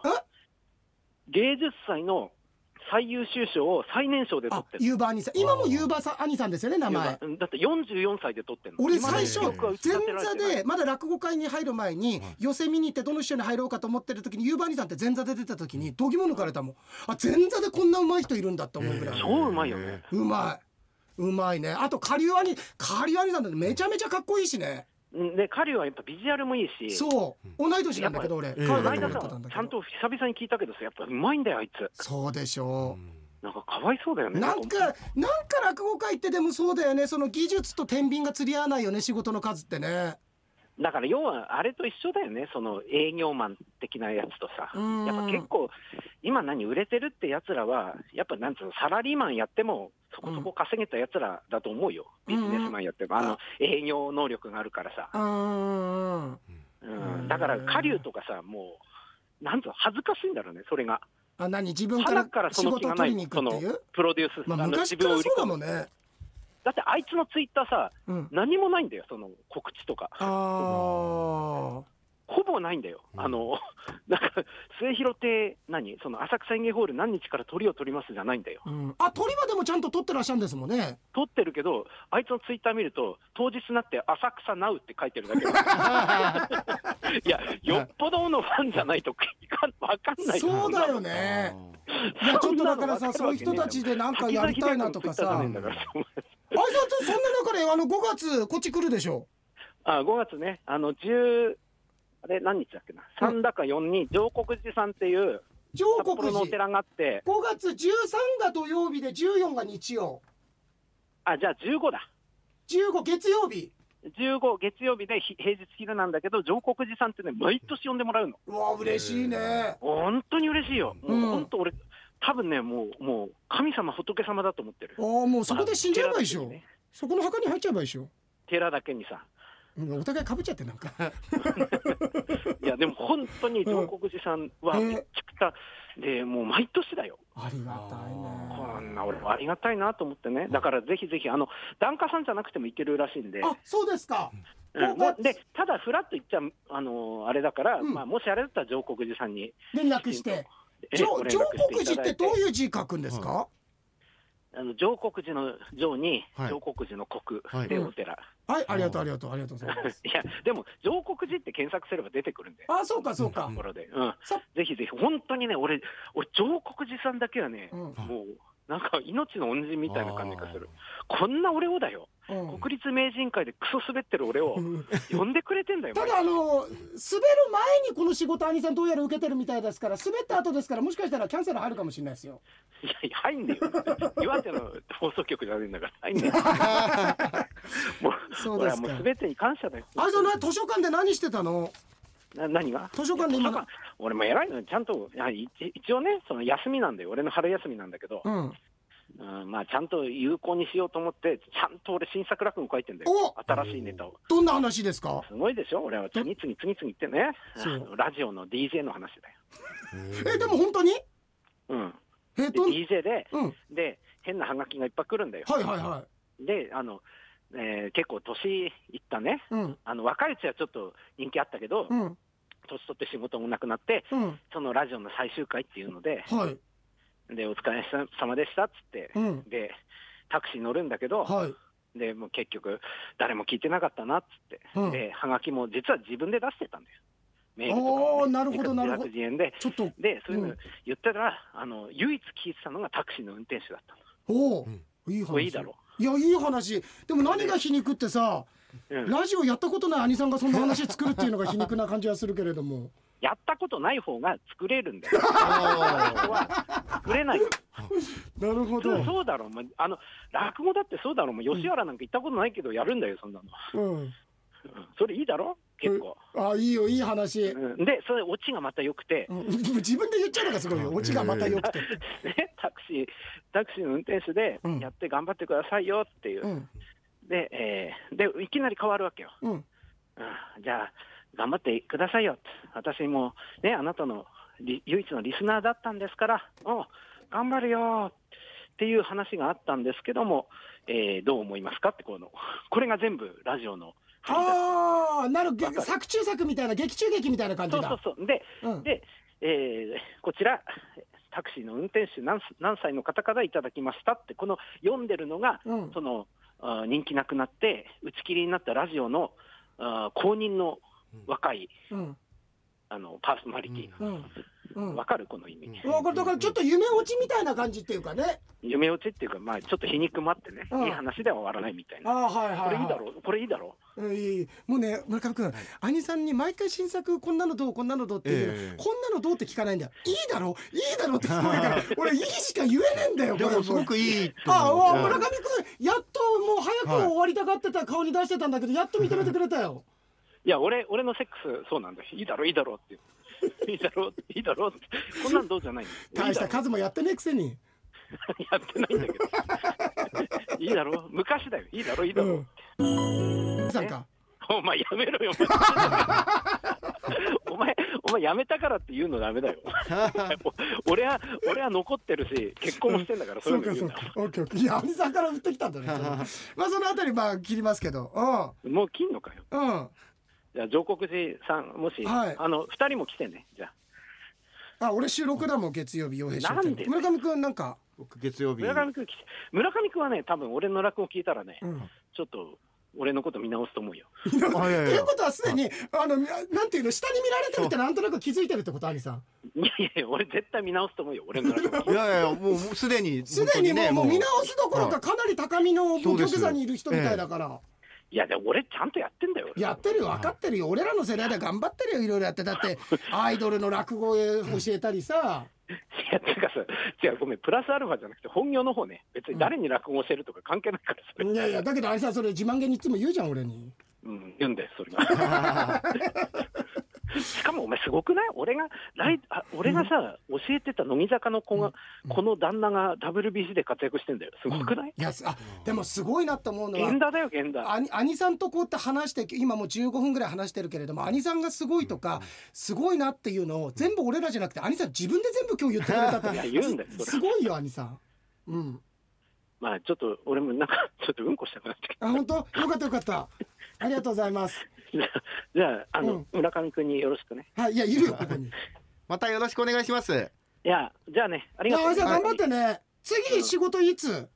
[SPEAKER 3] 芸術祭の最優秀賞を最年少で取
[SPEAKER 1] あ
[SPEAKER 3] って、る
[SPEAKER 1] 夕兄さん。今も夕さん兄さんですよね、名前。
[SPEAKER 3] うんだって44歳で撮ってんの
[SPEAKER 1] 俺
[SPEAKER 3] 今まで
[SPEAKER 1] 最初
[SPEAKER 3] 記録は打ち
[SPEAKER 1] 前
[SPEAKER 3] 立てられ
[SPEAKER 1] 座
[SPEAKER 3] てない
[SPEAKER 1] でまだ落語会に入る前に
[SPEAKER 2] はい
[SPEAKER 1] 寄せ見に行ってどの師匠に入ろうかと思ってる時に夕兄さんって前座で出た時に度肝抜かれたもんあ前座でこんな上手い人いるんだって思うぐらい
[SPEAKER 2] へ
[SPEAKER 3] 超うまいよね
[SPEAKER 1] うまいうまいねあと下流兄下流兄さんだってめちゃめちゃかっこいいしね
[SPEAKER 3] うんで彼はやっぱビジュアルもいいし
[SPEAKER 1] そう同い年なんだけど俺
[SPEAKER 3] やっ
[SPEAKER 2] ぱり
[SPEAKER 1] 彼
[SPEAKER 3] この
[SPEAKER 1] 女
[SPEAKER 3] 間
[SPEAKER 1] の
[SPEAKER 3] さ
[SPEAKER 1] 方なんだ
[SPEAKER 3] ちゃ
[SPEAKER 1] け
[SPEAKER 3] ん
[SPEAKER 1] ど
[SPEAKER 3] と久々に聞いたけどさやっぱうまいんだよあいつ
[SPEAKER 1] そうでしょう
[SPEAKER 3] なんかかわいそうだよね
[SPEAKER 1] なんかなんか落語会ってでもそうだよねその技術と天秤が釣り合わないよね仕事の数ってね
[SPEAKER 3] だから要はあれと一緒だよねその営業マン的なやつとさ
[SPEAKER 1] うん
[SPEAKER 3] やっぱ結構今何売れてるってやつらはやっぱなんつうのサラリーマンやってもそこそこ稼げたやつらだと思うよビジネスマンやってもあの営業能力があるからさ
[SPEAKER 1] うんうんうん
[SPEAKER 3] うんだから、下流とかさ、もう、なんと恥ずかしいんだろうね、それが。
[SPEAKER 1] あ何自分か
[SPEAKER 3] 花
[SPEAKER 1] ら
[SPEAKER 3] からそ
[SPEAKER 1] 仕
[SPEAKER 3] の気
[SPEAKER 1] 事
[SPEAKER 3] が
[SPEAKER 1] を
[SPEAKER 3] な
[SPEAKER 1] 取
[SPEAKER 3] い
[SPEAKER 1] りに、行
[SPEAKER 3] そ
[SPEAKER 1] くっ
[SPEAKER 3] の
[SPEAKER 1] ていう
[SPEAKER 3] プロデュース、
[SPEAKER 1] まあ
[SPEAKER 3] あの
[SPEAKER 1] 昔からそうだもん
[SPEAKER 3] む。
[SPEAKER 1] ね。
[SPEAKER 3] だってあいつのツイッターさ、
[SPEAKER 1] うん、
[SPEAKER 3] 何もないんだよ、その告知とか。
[SPEAKER 1] ああ、
[SPEAKER 3] ほぼないんだよ。
[SPEAKER 2] うん
[SPEAKER 3] あの、 なんか、末広亭、何その浅草園芸ホール何日から鳥を取りますじゃないんだよ。
[SPEAKER 1] うん、あ鳥はでもちゃんと取ってらっしゃるんですもんね。
[SPEAKER 3] 撮ってるけど、あいつのツイッター見ると、当日になって浅草ナウって書いてるだけ。 いや、よっぽどのファンじゃないといかん、わかんない。
[SPEAKER 1] そうだよ
[SPEAKER 2] ー
[SPEAKER 1] ね。いやちょっとだからさそういう人たちでなんかやりたいなとかさ。あいつ
[SPEAKER 3] 滝沢秀明の Twitter じゃねえんだから
[SPEAKER 1] そんな中であの5月こっち来るでしょ。
[SPEAKER 3] あ5月ね、あの10、あれ、何日だっけな、3だか4に上国寺さんっていう、
[SPEAKER 1] 上
[SPEAKER 3] 札
[SPEAKER 1] 国
[SPEAKER 3] 幌の
[SPEAKER 1] 寺。
[SPEAKER 3] お寺があって、
[SPEAKER 1] 5月13が土曜日で14が日曜。
[SPEAKER 3] あじゃあ15だ、
[SPEAKER 1] 15月曜日。
[SPEAKER 3] 15、月曜日でひ平日昼なんだけど、上国寺さんってね、毎年呼んでもらうの、
[SPEAKER 1] うわ嬉しいね。
[SPEAKER 3] 本当に嬉しいよ、もう
[SPEAKER 1] うん
[SPEAKER 3] 本当、俺、多分ねもうもう神様仏様だと思ってる
[SPEAKER 1] ああもうそこで死んじゃえばいいでし
[SPEAKER 3] まあ
[SPEAKER 1] ょ
[SPEAKER 3] 寺だけにね
[SPEAKER 1] そこの墓に入っちゃえばいいでしょ
[SPEAKER 3] 寺だけにさ
[SPEAKER 1] うんお互いかぶっちゃってなんか
[SPEAKER 3] いやでも本当に上国寺さんは
[SPEAKER 1] うん
[SPEAKER 3] めちゃくちゃ、でもう毎年だよ
[SPEAKER 1] ありがたい
[SPEAKER 3] こん
[SPEAKER 1] ね
[SPEAKER 3] な俺もありがたいなと思ってねだからぜひぜひあの檀家さんじゃなくても行けるらしいんで,、
[SPEAKER 1] あそうですか
[SPEAKER 3] うん
[SPEAKER 1] ここ
[SPEAKER 3] もうでただフラッと行っちゃあのあれだから、
[SPEAKER 1] うん
[SPEAKER 3] まあ、もしあれだったら上国寺さんに
[SPEAKER 1] 連絡して
[SPEAKER 3] え
[SPEAKER 1] 上
[SPEAKER 3] ご連
[SPEAKER 1] 上
[SPEAKER 3] 絡して
[SPEAKER 1] 国
[SPEAKER 3] いた
[SPEAKER 1] 寺っ
[SPEAKER 3] だ
[SPEAKER 1] て
[SPEAKER 3] いて
[SPEAKER 1] どういう字書くんですか、
[SPEAKER 3] あの上国寺の上に、
[SPEAKER 2] はい
[SPEAKER 3] 上国寺の国
[SPEAKER 2] はい
[SPEAKER 3] でお寺、
[SPEAKER 1] はい、ありがとうありがとうありがとうございます
[SPEAKER 3] いやでも上国寺って検索すれば出てくるんで
[SPEAKER 1] あそうかそうか
[SPEAKER 3] ところで、うん
[SPEAKER 1] さ、
[SPEAKER 3] ぜひぜひ本当にね俺俺上国寺さんだけはね、
[SPEAKER 1] うん
[SPEAKER 3] もうなんか命の恩人みたいな感じがするこんな俺をだよ
[SPEAKER 1] うん
[SPEAKER 3] 国立名人会でクソ滑ってる俺を
[SPEAKER 1] うん
[SPEAKER 3] 呼んでくれて んだよ
[SPEAKER 1] ただあの滑る前にこの仕事兄さんどうやら受けてるみたいですから滑った後ですからもしかしたらキャンセル入るかもしれないですよ
[SPEAKER 3] いやいや入んねえよ岩手の放送局じゃねえんだから入んねえよ もう
[SPEAKER 1] そう
[SPEAKER 3] 俺
[SPEAKER 1] で
[SPEAKER 3] は
[SPEAKER 1] す
[SPEAKER 3] もう
[SPEAKER 1] か
[SPEAKER 3] 全てに感謝だよ
[SPEAKER 1] あれじゃない図書館で何してたの
[SPEAKER 3] な何が
[SPEAKER 1] 図書館で今
[SPEAKER 3] いや図書館俺も偉いのにちゃんといや一一応ねその休みなんだよ俺の春休みなんだけど、
[SPEAKER 1] うん
[SPEAKER 3] うんまあ、ちゃんと有効にしようと思ってちゃんと俺新作落語書いてんだよ
[SPEAKER 1] お
[SPEAKER 3] 新しいネタを
[SPEAKER 1] どんな話ですか
[SPEAKER 3] すごいでしょ俺は次々次々言ってね
[SPEAKER 1] そう
[SPEAKER 3] ラジオの DJ の話だよ
[SPEAKER 1] えでも本当に
[SPEAKER 3] うん
[SPEAKER 1] えっ
[SPEAKER 3] で
[SPEAKER 1] と
[SPEAKER 3] DJ で
[SPEAKER 1] うん
[SPEAKER 3] で変なハガキがいっぱい来るんだよ
[SPEAKER 1] はいはいは
[SPEAKER 3] であの、えー結構年いったね
[SPEAKER 1] いうん
[SPEAKER 3] あの若いうちはちょっと人気あったけど、
[SPEAKER 1] うん
[SPEAKER 3] 年取って仕事もなくなって
[SPEAKER 1] うん
[SPEAKER 3] そのラジオの最終回っていうので
[SPEAKER 1] はい
[SPEAKER 3] でお疲れ様でしたっつって
[SPEAKER 1] うん
[SPEAKER 3] でタクシー乗るんだけど、
[SPEAKER 1] はい
[SPEAKER 3] でもう結局誰も聞いてなかったなっつって、
[SPEAKER 1] うん
[SPEAKER 3] ではがきも実は自分で出してたんだよメールとか
[SPEAKER 1] お
[SPEAKER 3] も
[SPEAKER 1] ー
[SPEAKER 3] ね
[SPEAKER 1] なるほどなるほど
[SPEAKER 3] 200円で
[SPEAKER 1] ちょっと
[SPEAKER 3] でそういう
[SPEAKER 1] う
[SPEAKER 3] の
[SPEAKER 1] ん
[SPEAKER 3] 言ったら、あの唯一聞いてたのがタクシーの運転手だったの
[SPEAKER 1] おお
[SPEAKER 2] うん
[SPEAKER 1] いい
[SPEAKER 3] これ
[SPEAKER 1] 話
[SPEAKER 3] いいだろ
[SPEAKER 1] いやいい話でも何が皮肉ってさ
[SPEAKER 3] う、うん、
[SPEAKER 1] ラジオやったことない兄さんがそんな話作るっていうのが皮肉な感じはするけれども
[SPEAKER 3] やったことない方が作れるんだよ
[SPEAKER 2] あ
[SPEAKER 3] 人は作れないよ
[SPEAKER 1] なるほ
[SPEAKER 3] 普
[SPEAKER 1] ど
[SPEAKER 3] 通そうだろお前あの落語だってそうだろお前吉原なんか行ったことないけどやるんだよそんなの、
[SPEAKER 1] うん
[SPEAKER 3] うんそれいいだろ結構、
[SPEAKER 1] あいいよいい話
[SPEAKER 3] うん、でそれオチがまた良くて、
[SPEAKER 1] うん 自分で言っちゃうのがすごいよオチがまた良くて
[SPEAKER 3] ね、 タクシー、タクシーの運転手で
[SPEAKER 1] うん、
[SPEAKER 3] やって頑張ってくださいよっていう、
[SPEAKER 1] うん
[SPEAKER 3] で、えーで、いきなり変わるわけよ。
[SPEAKER 1] うん
[SPEAKER 3] うん、じゃあ、頑張ってくださいよって私もね、あなたのリ唯一のリスナーだったんですから、うん、頑張るよっていう話があったんですけども、えーどう思いますかってこの、これが全部ラジオの振りだ
[SPEAKER 1] ああなるほど作中作みたいな劇中劇みたいな感じ
[SPEAKER 3] そう
[SPEAKER 1] だ
[SPEAKER 3] そうそう。で、
[SPEAKER 1] うん
[SPEAKER 3] で、えーこちら、タクシーの運転手何す、何歳の方からいただきましたって、この読んでるのが、
[SPEAKER 1] うん
[SPEAKER 3] そのあー人気なくなって、打ち切りになったラジオのあー公認の若い
[SPEAKER 1] うん
[SPEAKER 3] あのパーソナリテ
[SPEAKER 1] う
[SPEAKER 3] ィ、
[SPEAKER 1] んうん
[SPEAKER 3] わかる、この意味、
[SPEAKER 2] うん
[SPEAKER 1] わかるだからちょっと夢落ちみたいな感じっていうかね
[SPEAKER 3] 夢落ちっていうか、まあ、ちょっと皮肉もあってね、
[SPEAKER 1] うん
[SPEAKER 3] いい話では終わらないみたい
[SPEAKER 1] あ
[SPEAKER 3] な、
[SPEAKER 1] あはいはい、はい、
[SPEAKER 3] これいいだろう、これいいだろ
[SPEAKER 1] うんいいもうね村上君、兄さんに毎回新作こんなのどうこんなのどうって言うけど、
[SPEAKER 2] ええ
[SPEAKER 1] こんなのどうって聞かないんだよいいだろいいだろって聞こえるから俺いいしか言えねえんだよ
[SPEAKER 2] で
[SPEAKER 1] これ
[SPEAKER 2] もすごくいいと
[SPEAKER 1] あ
[SPEAKER 2] 思う
[SPEAKER 1] あ村上君やっともう早く終わりたがってた顔に出してたんだけどやっと認めてくれたよ
[SPEAKER 3] う、いや、俺、俺のセックス、そうなんだよ、いいだろう、いいだろうって。いいだろう、いいだろうって、こんなんどうじゃないんだよ
[SPEAKER 1] 大した数もやってねえくせに
[SPEAKER 3] やってないんだけ ど。いいだろう昔だよ。いいだろういいだろう、
[SPEAKER 1] うんさんか
[SPEAKER 3] お前やめろよ。お前お前、お前やめたからって言うのダメだよ。お 俺は、俺は残ってるし、結婚もしてんだから、そう
[SPEAKER 1] そ
[SPEAKER 3] いううの
[SPEAKER 1] か
[SPEAKER 3] 言
[SPEAKER 1] そううか。
[SPEAKER 3] な
[SPEAKER 1] オッケーオッケーいや兄さんから振ってきたんだねまあそのあたりまあ切りますけど
[SPEAKER 3] もう切んのかよ。
[SPEAKER 1] うんうん
[SPEAKER 3] じゃあ、上国寺さん、もし、
[SPEAKER 1] はい
[SPEAKER 3] あの、二人も来てね。じゃあ。
[SPEAKER 1] あ俺収録だもん月曜日傭兵し
[SPEAKER 3] なんで
[SPEAKER 1] 村上君なんか
[SPEAKER 2] 僕月曜日
[SPEAKER 3] 村上くん来て、村上くんはね、多分俺の落語聞いたらね、
[SPEAKER 1] うん
[SPEAKER 3] ちょっと、俺のこと見直すと思うよ。
[SPEAKER 2] あいやい
[SPEAKER 1] と
[SPEAKER 2] や
[SPEAKER 1] いうことはすでにあのみなんていうの下に見られてるってなんとなく気づいてるってこと兄さん
[SPEAKER 3] いやいや、俺絶対見直すと思うよ。俺の落 語聞いたら
[SPEAKER 2] いやいやいやもうもうすでに
[SPEAKER 1] すでにもう,、もう見直
[SPEAKER 2] し
[SPEAKER 1] すどころ
[SPEAKER 2] は
[SPEAKER 1] か
[SPEAKER 2] い
[SPEAKER 1] かなり高みの
[SPEAKER 2] そ
[SPEAKER 1] 極
[SPEAKER 2] うです
[SPEAKER 1] 座にいる人みたいだから、
[SPEAKER 3] いや、でも俺ちゃんとやってんだよ。俺
[SPEAKER 1] やってるよ分かってるよ俺らの世代で頑張ってるよいろいろやってだ ってアイドルの落語を教えたりさ
[SPEAKER 3] いや、てかさ、違う、ごめん、プラスアルファじゃなくて、本業の方ね、別に誰に落語してるとか関係ないから、それ、
[SPEAKER 1] いやいやだけど兄さんそれ自慢げにいつも言うじゃん俺に
[SPEAKER 3] うん、言うんだよ、それが。 しかもお前すごくない俺がライあ俺がさ、教えてた乃木坂の子が、この旦那が WBC で活躍してんだよすごくない、
[SPEAKER 1] いやすあでもすごいなと思うのは
[SPEAKER 3] 源田だよ源田
[SPEAKER 1] 兄兄さんとこうやって話して今もう15分ぐらい話してるけれども兄さんがすごいとかすごいなっていうのを全部俺らじゃなくて兄さん自分で全部今日言ってくれたって
[SPEAKER 3] いや言うんだよそれ
[SPEAKER 1] すごいよ兄さん。うん、
[SPEAKER 3] まあちょっと俺もなんか ちょっとうんこしたくなってき
[SPEAKER 1] あ本当よかったよかったありがとうございます。
[SPEAKER 3] たじゃああの、村上君によろしくね
[SPEAKER 1] はいいやいるよここに。
[SPEAKER 2] またよろしくお願いします。
[SPEAKER 3] いやじゃあねあ
[SPEAKER 1] い
[SPEAKER 3] りが
[SPEAKER 1] や
[SPEAKER 3] とう
[SPEAKER 1] 兄
[SPEAKER 3] ござ
[SPEAKER 1] さ
[SPEAKER 3] い
[SPEAKER 1] ん
[SPEAKER 3] ます
[SPEAKER 1] 頑張ってね次仕事いつ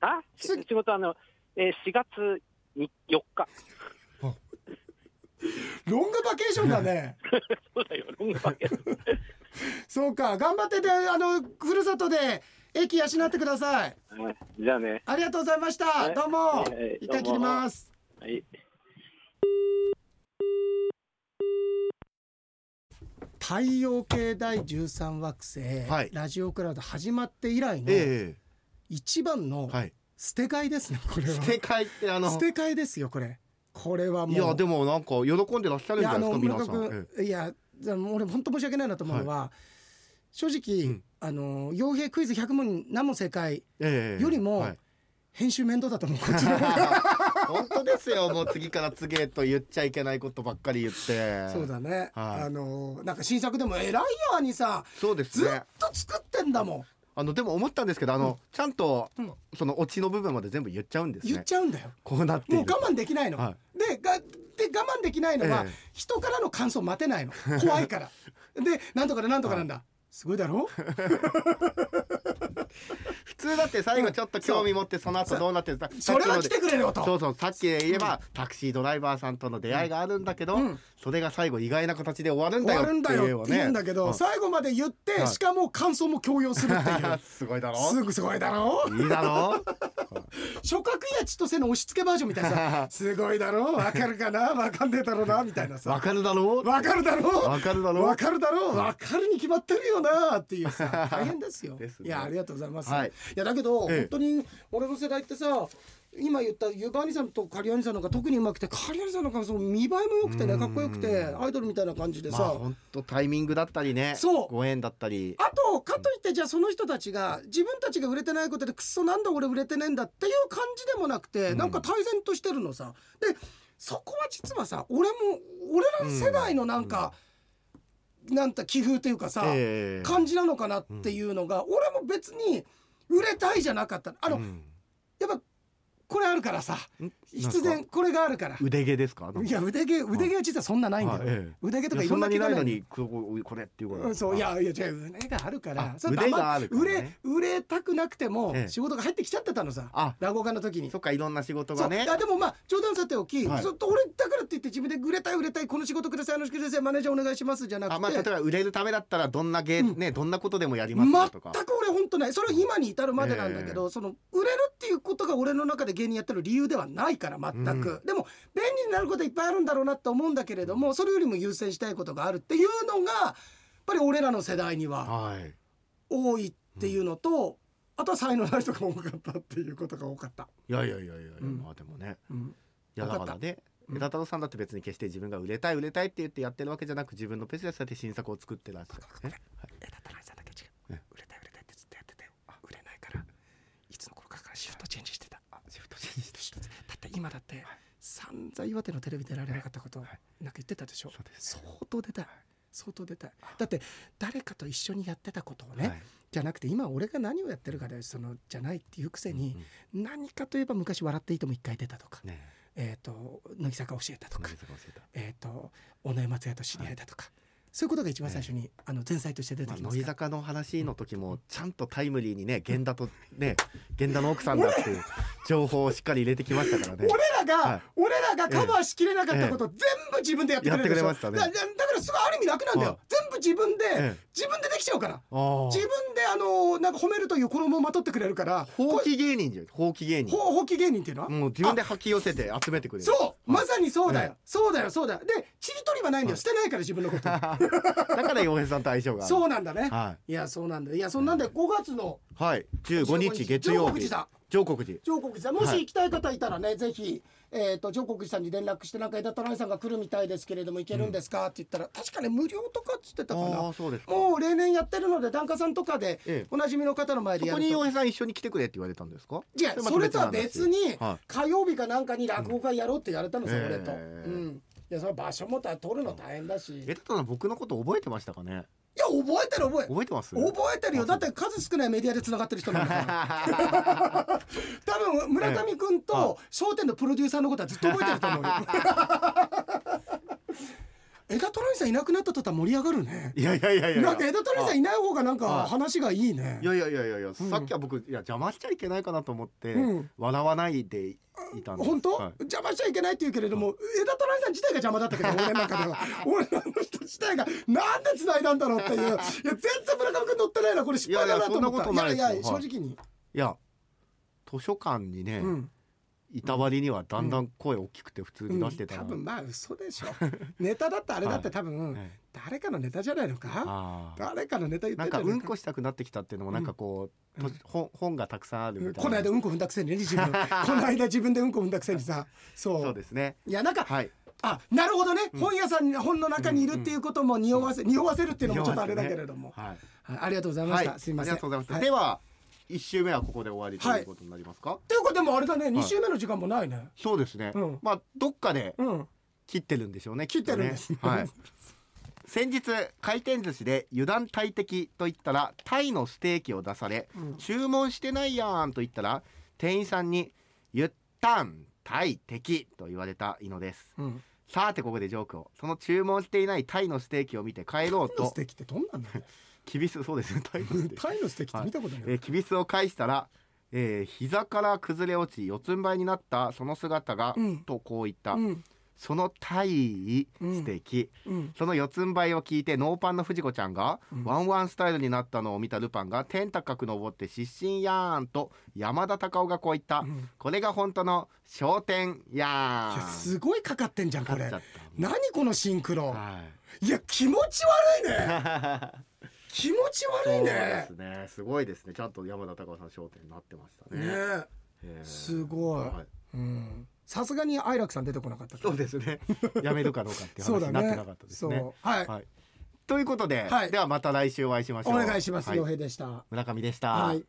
[SPEAKER 3] あし
[SPEAKER 1] す
[SPEAKER 3] 仕事あの、えー、4月に4日
[SPEAKER 1] ロングバケーションだね。
[SPEAKER 3] そうだよロ ングバケーション
[SPEAKER 1] そうか頑張っててあのふるさとで駅養ってください。
[SPEAKER 3] はいじゃあね
[SPEAKER 1] ありがとうございました。
[SPEAKER 3] はい
[SPEAKER 1] どうも
[SPEAKER 3] いはい
[SPEAKER 1] 一回切ります。
[SPEAKER 3] はい
[SPEAKER 1] 太陽系第13惑星、
[SPEAKER 2] はい
[SPEAKER 1] ラジオクラウド始まって以来の
[SPEAKER 2] え
[SPEAKER 1] 一番の
[SPEAKER 2] えはい。
[SPEAKER 1] 捨て替えですねこれは
[SPEAKER 2] 捨て替えってあの
[SPEAKER 1] 捨て替えですよこれこれはもう
[SPEAKER 2] い
[SPEAKER 1] い
[SPEAKER 2] やでもなんか喜んでらっしゃるんじ
[SPEAKER 1] や
[SPEAKER 2] ゃ
[SPEAKER 1] あ
[SPEAKER 2] ないで
[SPEAKER 1] の
[SPEAKER 2] すか
[SPEAKER 1] 村
[SPEAKER 2] 皆
[SPEAKER 1] 田
[SPEAKER 2] さん。
[SPEAKER 1] 君、いやでも俺本当申し訳ないなと思うのは、正直、
[SPEAKER 2] うん
[SPEAKER 1] あの傭兵クイズ100問何問正解
[SPEAKER 2] ええ
[SPEAKER 1] よりも
[SPEAKER 2] はい
[SPEAKER 1] 編集面倒だと思うこっちの方が
[SPEAKER 2] 本当ですよもう次から次へと言っちゃいけないことばっかり言って
[SPEAKER 1] そうだね、
[SPEAKER 2] はい
[SPEAKER 1] あのなんか新作でも偉いよ兄さん
[SPEAKER 2] そうです
[SPEAKER 1] ずっ
[SPEAKER 2] ね
[SPEAKER 1] と作ってんだもん、
[SPEAKER 2] あのでも思ったんですけどあの、ちゃんと、
[SPEAKER 1] うん
[SPEAKER 2] そのオチの部分まで全部言っちゃうんですね
[SPEAKER 1] 言っちゃうんだよ
[SPEAKER 2] こうなってい
[SPEAKER 1] もう
[SPEAKER 2] る
[SPEAKER 1] 我慢できないの、
[SPEAKER 2] は
[SPEAKER 1] でがで我慢できないのは、
[SPEAKER 2] ええ
[SPEAKER 1] 人からの感想待てないの怖いから でなんとかでなんとかなんだ、すごいだろ
[SPEAKER 2] 普通だって最後ちょっと興味持ってその後どうなってるさ
[SPEAKER 1] それは来てくれよ
[SPEAKER 2] そ
[SPEAKER 1] と
[SPEAKER 2] うそうさっきで言えば、タクシードライバーさんとの出会いがあるんだけど、
[SPEAKER 1] うん
[SPEAKER 2] それが最後意外な形で終わるんだ
[SPEAKER 1] 終
[SPEAKER 2] よ
[SPEAKER 1] わるんだよって言うんだけど、
[SPEAKER 2] う
[SPEAKER 1] 最後まで言って、
[SPEAKER 2] はい
[SPEAKER 1] しかも感想も強要するっていう
[SPEAKER 2] すごいだろ
[SPEAKER 1] すぐすごいだろ
[SPEAKER 2] いいだろ
[SPEAKER 1] 諸角や千歳の押し付けバージョンみたいな さすごいだろわかるかなわかんねえだろうなみたいなさ
[SPEAKER 2] わかるだろ
[SPEAKER 1] わかるだろ
[SPEAKER 2] わかるだろ
[SPEAKER 1] わかるだろうわかるに決まってるよなっていうさ 大変ですよ
[SPEAKER 2] ですね
[SPEAKER 1] いやありがとうございます、、
[SPEAKER 2] はいい
[SPEAKER 1] やだけど、
[SPEAKER 2] ええ
[SPEAKER 1] 本当に俺の世代ってさ今言ったゆば兄さんとカリア兄さんの方が特にうまくてカリア兄さんの感想見栄えも良くてねかっこよくてアイドルみたいな感じで
[SPEAKER 2] ま
[SPEAKER 1] さ、
[SPEAKER 2] あ本当タイミングだったりね
[SPEAKER 1] そう
[SPEAKER 2] ご縁だったり
[SPEAKER 1] あとかといってじゃあその人たちが自分たちが売れてないことでくっそなんで俺売れてねえんだっていう感じでもなくて、
[SPEAKER 2] うん
[SPEAKER 1] なんか対然としてるのさでそこは実はさ俺も俺らの世代のなんか、なんか気風というかさ、
[SPEAKER 2] ええ
[SPEAKER 1] 感じなのかなっていうのが、俺も別に売れたいじゃなかったあの、
[SPEAKER 2] うん
[SPEAKER 1] やっぱこれあるからさ
[SPEAKER 2] ん
[SPEAKER 1] 必然これがあるから
[SPEAKER 2] 腕毛ですかなんか
[SPEAKER 1] いや腕毛腕毛は実はそんなないんだよ、
[SPEAKER 2] はいええ
[SPEAKER 1] 腕毛とか
[SPEAKER 2] い
[SPEAKER 1] いろ
[SPEAKER 2] やそん
[SPEAKER 1] ん
[SPEAKER 2] な
[SPEAKER 1] な
[SPEAKER 2] に
[SPEAKER 1] 毛
[SPEAKER 2] な
[SPEAKER 1] が
[SPEAKER 2] い
[SPEAKER 1] ない
[SPEAKER 2] のにこうこれっていうこと
[SPEAKER 1] うんそうい
[SPEAKER 2] あ
[SPEAKER 1] やいやじゃ腕があるから
[SPEAKER 2] あ
[SPEAKER 1] それとあんま
[SPEAKER 2] 腕があるからね
[SPEAKER 1] 売れ売れたくなくても
[SPEAKER 2] ええ
[SPEAKER 1] 仕事が入ってきちゃってたのさ
[SPEAKER 2] あ
[SPEAKER 1] 落語家の時に
[SPEAKER 2] そ。っかいろんな仕事
[SPEAKER 1] そ
[SPEAKER 2] が
[SPEAKER 1] う
[SPEAKER 2] ね
[SPEAKER 1] あでもまあ冗談さておき、
[SPEAKER 2] はい
[SPEAKER 1] ずっと俺だからって言って自分で売れたい売れたいこの仕事くださいあの仕事くださいマネージャーお願いしますじゃなくて
[SPEAKER 2] あまあ例えば売れるためだったらどんな芸、
[SPEAKER 1] うん
[SPEAKER 2] ねどんなことでもやりま
[SPEAKER 1] 全
[SPEAKER 2] すよ
[SPEAKER 1] く
[SPEAKER 2] とか
[SPEAKER 1] 俺本当ないそれは今に至るまでなんだけど、その売れるっていうことが俺の中で芸人やってる理由ではないから全く、でも便利になることいっぱいあるんだろうなと思うんだけれどもそれよりも優先したいことがあるっていうのがやっぱり俺らの世代には
[SPEAKER 2] はい
[SPEAKER 1] 多いっていうのと、あとは才能のある人が多かったっていうことが多かった。
[SPEAKER 2] いやいやいやいやいや、
[SPEAKER 1] うん
[SPEAKER 2] まあでもね
[SPEAKER 1] うん
[SPEAKER 2] いや
[SPEAKER 1] わか
[SPEAKER 2] だ
[SPEAKER 1] った
[SPEAKER 2] からね
[SPEAKER 1] うん
[SPEAKER 2] 枝太郎さんだって別に決して自分が売れたい売れたいって言ってやってるわけじゃなく自分のペースでそうやって新作を作ってらっしゃる、ね、
[SPEAKER 1] えだったらさんだけ違う
[SPEAKER 2] え
[SPEAKER 1] 売れたい売れたいってずっとやってて売れないからいつの頃かからシフトチェンジしてたあシフトチェンジしてただって今だって散々岩手のテレビ出られなかったことをなん
[SPEAKER 2] は
[SPEAKER 1] か
[SPEAKER 2] い
[SPEAKER 1] 言ってたでしょ
[SPEAKER 2] そうです
[SPEAKER 1] 相当出たい相当出たいだって誰かと一緒にやってたことをね、
[SPEAKER 2] はい
[SPEAKER 1] じゃなくて今俺が何をやってるかでそのじゃないっていうくせに
[SPEAKER 2] うん、
[SPEAKER 1] 何かといえば昔「笑っていいとも」一回出たとか、
[SPEAKER 2] ね
[SPEAKER 1] えっ、と乃木坂教えたと
[SPEAKER 2] 同
[SPEAKER 1] か
[SPEAKER 2] じとこ教えた
[SPEAKER 1] えー、と尾上松也と知り合いだとか、そういうことが一番最初に、あの前菜として出て
[SPEAKER 2] まあ
[SPEAKER 1] きます
[SPEAKER 2] 乃木
[SPEAKER 1] から、
[SPEAKER 2] 坂の話の時もちゃんとタイムリーにね源田と ね源田の奥さんだっていう情報をしっかり入れてきましたからね
[SPEAKER 1] 俺らが、
[SPEAKER 2] はい
[SPEAKER 1] 俺らがカバーしきれなかったこと、全部自分でやってくれるでしょ
[SPEAKER 2] やってくれましたね
[SPEAKER 1] だだだからすごいある意味楽なんだよ、
[SPEAKER 2] はい
[SPEAKER 1] 全部自分で、
[SPEAKER 2] ええ
[SPEAKER 1] 自分でできちゃうから
[SPEAKER 2] あー
[SPEAKER 1] 自分であのなんか褒めるという衣をまとってくれるから
[SPEAKER 2] ほう
[SPEAKER 1] こ
[SPEAKER 2] き芸人じゃんほうき芸
[SPEAKER 1] う
[SPEAKER 2] 人
[SPEAKER 1] ほうほうき芸人っていうのは、
[SPEAKER 2] もう自分で吐き寄せて集めてくれる
[SPEAKER 1] そうま
[SPEAKER 2] ず
[SPEAKER 1] さにそうだよ、
[SPEAKER 2] え
[SPEAKER 1] そうだよそうだよでちりとりはないんだよ、捨てないから自分のこと
[SPEAKER 2] だから洋平さんと相性がある
[SPEAKER 1] そうなんだね、、
[SPEAKER 2] はい
[SPEAKER 1] やそうなんだいやそんなんで5月の
[SPEAKER 2] いはい15日月曜
[SPEAKER 1] 15
[SPEAKER 2] 日
[SPEAKER 1] だ
[SPEAKER 2] 上国寺
[SPEAKER 1] 上国寺さんもし行きたい方いたらね、ぜひ、えー、と上国寺さんに連絡してなんか枝田直さんが来るみたいですけれども行けるんですかって言ったら確かね無料とかっつってたか
[SPEAKER 2] ああ
[SPEAKER 1] な
[SPEAKER 2] ーそうですか
[SPEAKER 1] もう例年やってるので檀家さんとかで
[SPEAKER 2] ええ
[SPEAKER 1] おなじみの方の前で
[SPEAKER 2] そ
[SPEAKER 1] や
[SPEAKER 2] こ
[SPEAKER 1] る
[SPEAKER 2] に
[SPEAKER 1] と
[SPEAKER 2] 洋平さん一緒に来てくれって言われたんですか
[SPEAKER 1] じゃあそれとは別に
[SPEAKER 2] は
[SPEAKER 1] 火曜日かなんかに落語会やろうって言われたのさ、
[SPEAKER 2] うん
[SPEAKER 1] 俺と、
[SPEAKER 2] え
[SPEAKER 1] う
[SPEAKER 2] え
[SPEAKER 1] んいやその場所もた取るの大変だしい
[SPEAKER 2] え
[SPEAKER 1] や
[SPEAKER 2] ただ僕のこと覚えてましたかね
[SPEAKER 1] 覚えてる覚え
[SPEAKER 2] 覚えてます
[SPEAKER 1] 覚えてるよだって数少ないメディアでつながってる人なんだから 多分村上君
[SPEAKER 2] ええ
[SPEAKER 1] と『笑点』のプロデューサーのことはずっと覚えてると 思うよ枝トラさんいなくなった途端盛り上がるね
[SPEAKER 2] いやいやいやいや
[SPEAKER 1] なんか枝トラさんいない方がなんか
[SPEAKER 2] はい
[SPEAKER 1] 話がいいね
[SPEAKER 2] いやいやいやいやいや、さっきは僕いや邪魔しちゃいけないかなと思って、
[SPEAKER 1] うん
[SPEAKER 2] 笑わないでいたんです
[SPEAKER 1] 本当、
[SPEAKER 2] はい
[SPEAKER 1] 邪魔しちゃいけないって言うけれども枝虎さん自体が邪魔だったけど俺の 中では俺らの人自体がなんで繋いだんだろうっていういや全然村上君乗ってないなこれ失敗だなと思った
[SPEAKER 2] いやいやそんなことないですよ
[SPEAKER 1] 正
[SPEAKER 2] はい
[SPEAKER 1] 直に、
[SPEAKER 2] いや図書館にね、
[SPEAKER 1] うん
[SPEAKER 2] いた割にはだんだん声大きくて普通に出してたら、
[SPEAKER 1] 多分まあ嘘でしょネタだってあれだって多分、
[SPEAKER 2] はい
[SPEAKER 1] 誰かのネタじゃないのか
[SPEAKER 2] ああ
[SPEAKER 1] 誰かのネタ言って
[SPEAKER 2] なん
[SPEAKER 1] んじ
[SPEAKER 2] か
[SPEAKER 1] ゃな
[SPEAKER 2] う
[SPEAKER 1] い
[SPEAKER 2] ん
[SPEAKER 1] のか
[SPEAKER 2] こしたくなってきたっていうのもなんかこう、
[SPEAKER 1] うん
[SPEAKER 2] と本本がたくさんあるみたい
[SPEAKER 1] こ
[SPEAKER 2] な
[SPEAKER 1] の間うんこ踏んだくせにね自 分この間自分でうんこ踏んだくせにさそう
[SPEAKER 2] そうですね
[SPEAKER 1] いやなんか
[SPEAKER 2] はい
[SPEAKER 1] あなるほどね、
[SPEAKER 2] うん
[SPEAKER 1] 本屋さんに本の中にいるっていうことも匂わせ、匂わせるっていうのもちょっとあれだけれども、
[SPEAKER 2] はい、
[SPEAKER 1] はい、ありがとうございま
[SPEAKER 2] は
[SPEAKER 1] し
[SPEAKER 2] い
[SPEAKER 1] た、、すいません
[SPEAKER 2] ありがとうございます、
[SPEAKER 1] はい
[SPEAKER 2] では一週目はここで終わりということになりますか、
[SPEAKER 1] ということでもうあれだね、二週目の時間もないね
[SPEAKER 2] そうですね、
[SPEAKER 1] うん
[SPEAKER 2] まあどっかで
[SPEAKER 1] うん
[SPEAKER 2] 切ってるんでしょうね
[SPEAKER 1] 切ってるん
[SPEAKER 2] き
[SPEAKER 1] で
[SPEAKER 2] っ
[SPEAKER 1] す
[SPEAKER 2] とねはい 先日回転寿司で油断大敵と言ったらタイのステーキを出され
[SPEAKER 1] うん
[SPEAKER 2] 注文してないやんと言ったら店員さんに「ゆったん大敵」と言われたのです
[SPEAKER 1] うん
[SPEAKER 2] さてここでジョークをその注文していないタイのステーキを見て
[SPEAKER 1] タ
[SPEAKER 2] 帰ろう
[SPEAKER 1] イのス
[SPEAKER 2] と
[SPEAKER 1] テーキってどんなんだよ
[SPEAKER 2] きびすそうですねタイのステーキ
[SPEAKER 1] タイのステーキって見たことない、
[SPEAKER 2] えー、キビスを返したら、えー膝から崩れ落ち四つん這いになったその姿が、
[SPEAKER 1] うん
[SPEAKER 2] とこう言った、
[SPEAKER 1] うん
[SPEAKER 2] その大意ステーキ、
[SPEAKER 1] うん
[SPEAKER 2] その四つん這いを聞いてノーパンの藤子ちゃんが、
[SPEAKER 1] うん
[SPEAKER 2] ワンワンスタイルになったのを見たルパンが天高く登って失神やーんと山田隆夫がこう言った、
[SPEAKER 1] うん
[SPEAKER 2] これが本当の焦点や
[SPEAKER 1] いや
[SPEAKER 2] ーん
[SPEAKER 1] すごいかかってんじゃんこれ
[SPEAKER 2] 勝っちゃっ
[SPEAKER 1] 何このシンク
[SPEAKER 2] た
[SPEAKER 1] ロ
[SPEAKER 2] はい
[SPEAKER 1] や気持ち悪いね気持ち悪い
[SPEAKER 2] そうで
[SPEAKER 1] ね
[SPEAKER 2] すねすごいですねちゃんと山田隆夫さん焦点になってましたね
[SPEAKER 1] ね
[SPEAKER 2] えー
[SPEAKER 1] すごい
[SPEAKER 2] は
[SPEAKER 1] うんさすがに愛楽さん出てこなかったから
[SPEAKER 2] そうですね。やめるかどうかっていう
[SPEAKER 1] そう
[SPEAKER 2] 話
[SPEAKER 1] だ
[SPEAKER 2] になって
[SPEAKER 1] ね
[SPEAKER 2] なかったです
[SPEAKER 1] そう
[SPEAKER 2] ね。
[SPEAKER 1] はい、
[SPEAKER 2] はい。ということで、
[SPEAKER 1] はい
[SPEAKER 2] ではまた来週お会いしましょ
[SPEAKER 1] お
[SPEAKER 2] う。
[SPEAKER 1] 願いします
[SPEAKER 2] は
[SPEAKER 1] 洋平でした
[SPEAKER 2] 村上でした。
[SPEAKER 1] はい